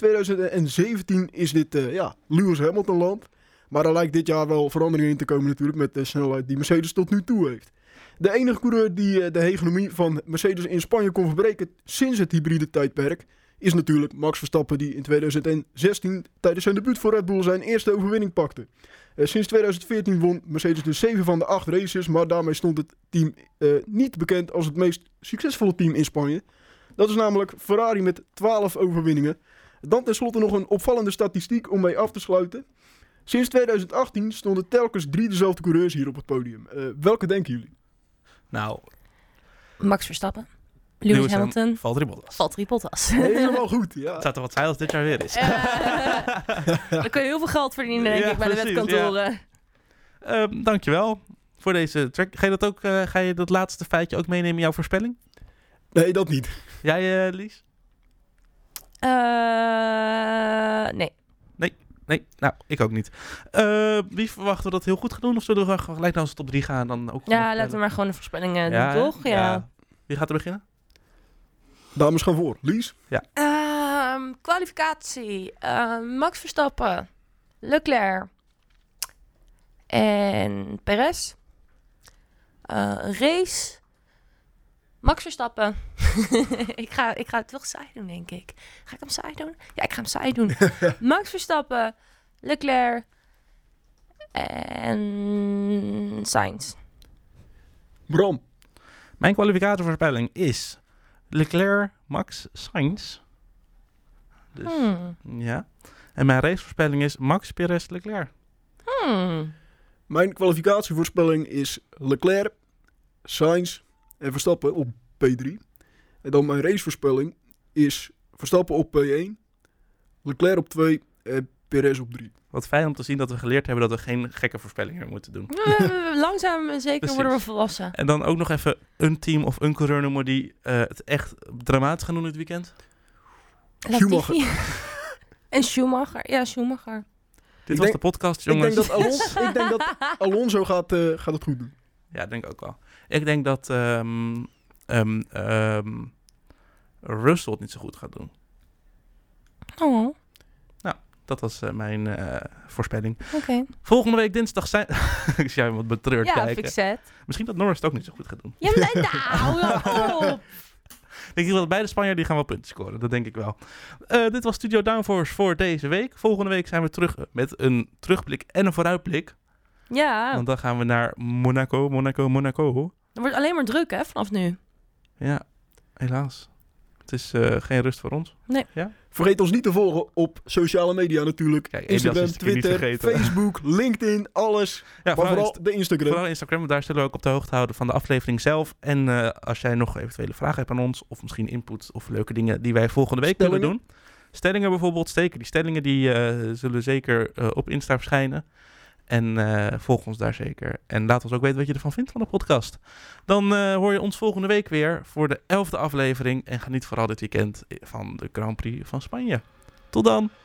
Speaker 2: 2017 is dit eh, ja, Lewis Hamilton land. Maar er lijkt dit jaar wel verandering in te komen natuurlijk met de snelheid die Mercedes tot nu toe heeft. De enige coureur die eh, de hegemonie van Mercedes in Spanje kon verbreken sinds het hybride tijdperk is natuurlijk Max Verstappen die in 2016 tijdens zijn debuut voor Red Bull zijn eerste overwinning pakte. Eh, sinds 2014 won Mercedes dus 7 van de 8 races, maar daarmee stond het team eh, niet bekend als het meest succesvolle team in Spanje. Dat is namelijk Ferrari met 12 overwinningen. Dan tenslotte nog een opvallende statistiek om mee af te sluiten. Sinds 2018 stonden telkens drie dezelfde coureurs hier op het podium. Eh, welke denken jullie?
Speaker 1: Nou,
Speaker 3: Max Verstappen. Lewis,
Speaker 1: Ham-
Speaker 3: Hamilton.
Speaker 1: Valtteri Bottas.
Speaker 3: Valtteri Bottas.
Speaker 2: Helemaal goed, ja.
Speaker 1: Het zou toch wat zijn als dit jaar weer is.
Speaker 3: Eh, dan kun je heel veel geld verdienen, denk
Speaker 1: Ja,
Speaker 3: ik, bij de
Speaker 1: precies,
Speaker 3: wetkantoren.
Speaker 1: Ehm, dankjewel voor deze track. Ga je, dat ook, eh, ga je dat laatste feitje ook meenemen in jouw voorspelling?
Speaker 2: Nee, dat niet.
Speaker 1: Jij, eh, Lies?
Speaker 3: Eh, nee.
Speaker 1: Nee, nou, ik ook niet. Eh, wie verwachten we dat heel goed gaat doen? Of zullen we gelijk naar onze top 3 gaan en dan ook gewoon
Speaker 3: Ja, laten we
Speaker 1: voorspellen?
Speaker 3: maar gewoon de voorspellingen doen, toch?
Speaker 1: hè?
Speaker 3: Ja.
Speaker 1: Wie gaat er beginnen?
Speaker 2: Dames gaan voor. Lies?
Speaker 3: Ehm, kwalificatie. Ehm, Max Verstappen. Leclerc. En Perez. Eh, race. Max Verstappen. ik, ga, ik ga het toch saai doen, denk ik. Ga ik hem saai doen? Ja, ik ga hem saai doen. Max Verstappen. Leclerc. En Sainz.
Speaker 2: Bram?
Speaker 1: Mijn kwalificatorvoorspelling is Leclerc, Max, Sainz. Dus,
Speaker 3: Hmm.
Speaker 1: ja. En mijn racevoorspelling is Max, Perez, Leclerc.
Speaker 3: Hmm.
Speaker 2: Mijn kwalificatievoorspelling is Leclerc, Sainz en Verstappen op P3. En dan mijn racevoorspelling is Verstappen op P1, Leclerc op 2 en Perez op 3.
Speaker 1: Wat fijn om te zien dat we geleerd hebben dat we geen gekke voorspellingen meer moeten doen.
Speaker 3: Eh, Langzaam en zeker
Speaker 1: Precies.
Speaker 3: worden we volwassen.
Speaker 1: En dan ook nog even een team of een coureur noemen die eh, het echt dramatisch gaan doen dit weekend.
Speaker 2: Schumacher.
Speaker 3: Latifi. en Schumacher. Ja, Schumacher.
Speaker 1: Dit
Speaker 2: Ik
Speaker 1: was
Speaker 2: denk-
Speaker 1: de podcast,
Speaker 2: Ik denk
Speaker 1: jongens.
Speaker 2: dat Alonso, ik denk dat Alonso gaat, eh, gaat het goed doen.
Speaker 1: Ja, denk ik ook wel. Ik denk dat ehm, ehm, ehm, Russell het niet zo goed gaat doen.
Speaker 3: Oh, oké.
Speaker 1: Dat was eh, mijn eh, voorspelling. Volgende week dinsdag zijn... ik zie jou wat betreurd
Speaker 3: Ja,
Speaker 1: kijken.
Speaker 3: fixet.
Speaker 1: Misschien dat Norris het ook niet zo goed gaat doen.
Speaker 3: Ja, maar, nou, hou op.
Speaker 1: denk ik wel, beide Spanjaarden die gaan wel punten scoren. Dat denk ik wel. Eh, dit was Studio Downforce voor deze week. Volgende week zijn we terug eh, met een terugblik en een vooruitblik.
Speaker 3: Ja,
Speaker 1: Want dan gaan we naar Monaco, Monaco, Monaco.
Speaker 3: het wordt alleen maar druk hè, vanaf nu.
Speaker 1: Ja, helaas. Het is eh, geen rust voor ons.
Speaker 2: Vergeet ons niet te volgen op sociale media natuurlijk.
Speaker 1: Kijk, Elias
Speaker 2: Instagram,
Speaker 1: is het keer niet
Speaker 2: Twitter,
Speaker 1: vergeten.
Speaker 2: Facebook, LinkedIn, alles.
Speaker 1: Ja,
Speaker 2: maar
Speaker 1: vooral,
Speaker 2: vooral
Speaker 1: Inst-
Speaker 2: de Instagram.
Speaker 1: vooral Instagram, want daar zullen we ook op de hoogte houden van de aflevering zelf. En eh, als jij nog eventuele vragen hebt aan ons, of misschien input of leuke dingen die wij volgende week kunnen
Speaker 2: Stellingen.
Speaker 1: doen. Stellingen bijvoorbeeld, steken. Die stellingen die, eh, zullen zeker eh, op Insta verschijnen. En eh, volg ons daar zeker. En laat ons ook weten wat je ervan vindt van de podcast. Dan eh, hoor je ons volgende week weer voor eh, de elfde aflevering. En geniet vooral dit weekend van de Grand Prix van Spanje. Tot dan!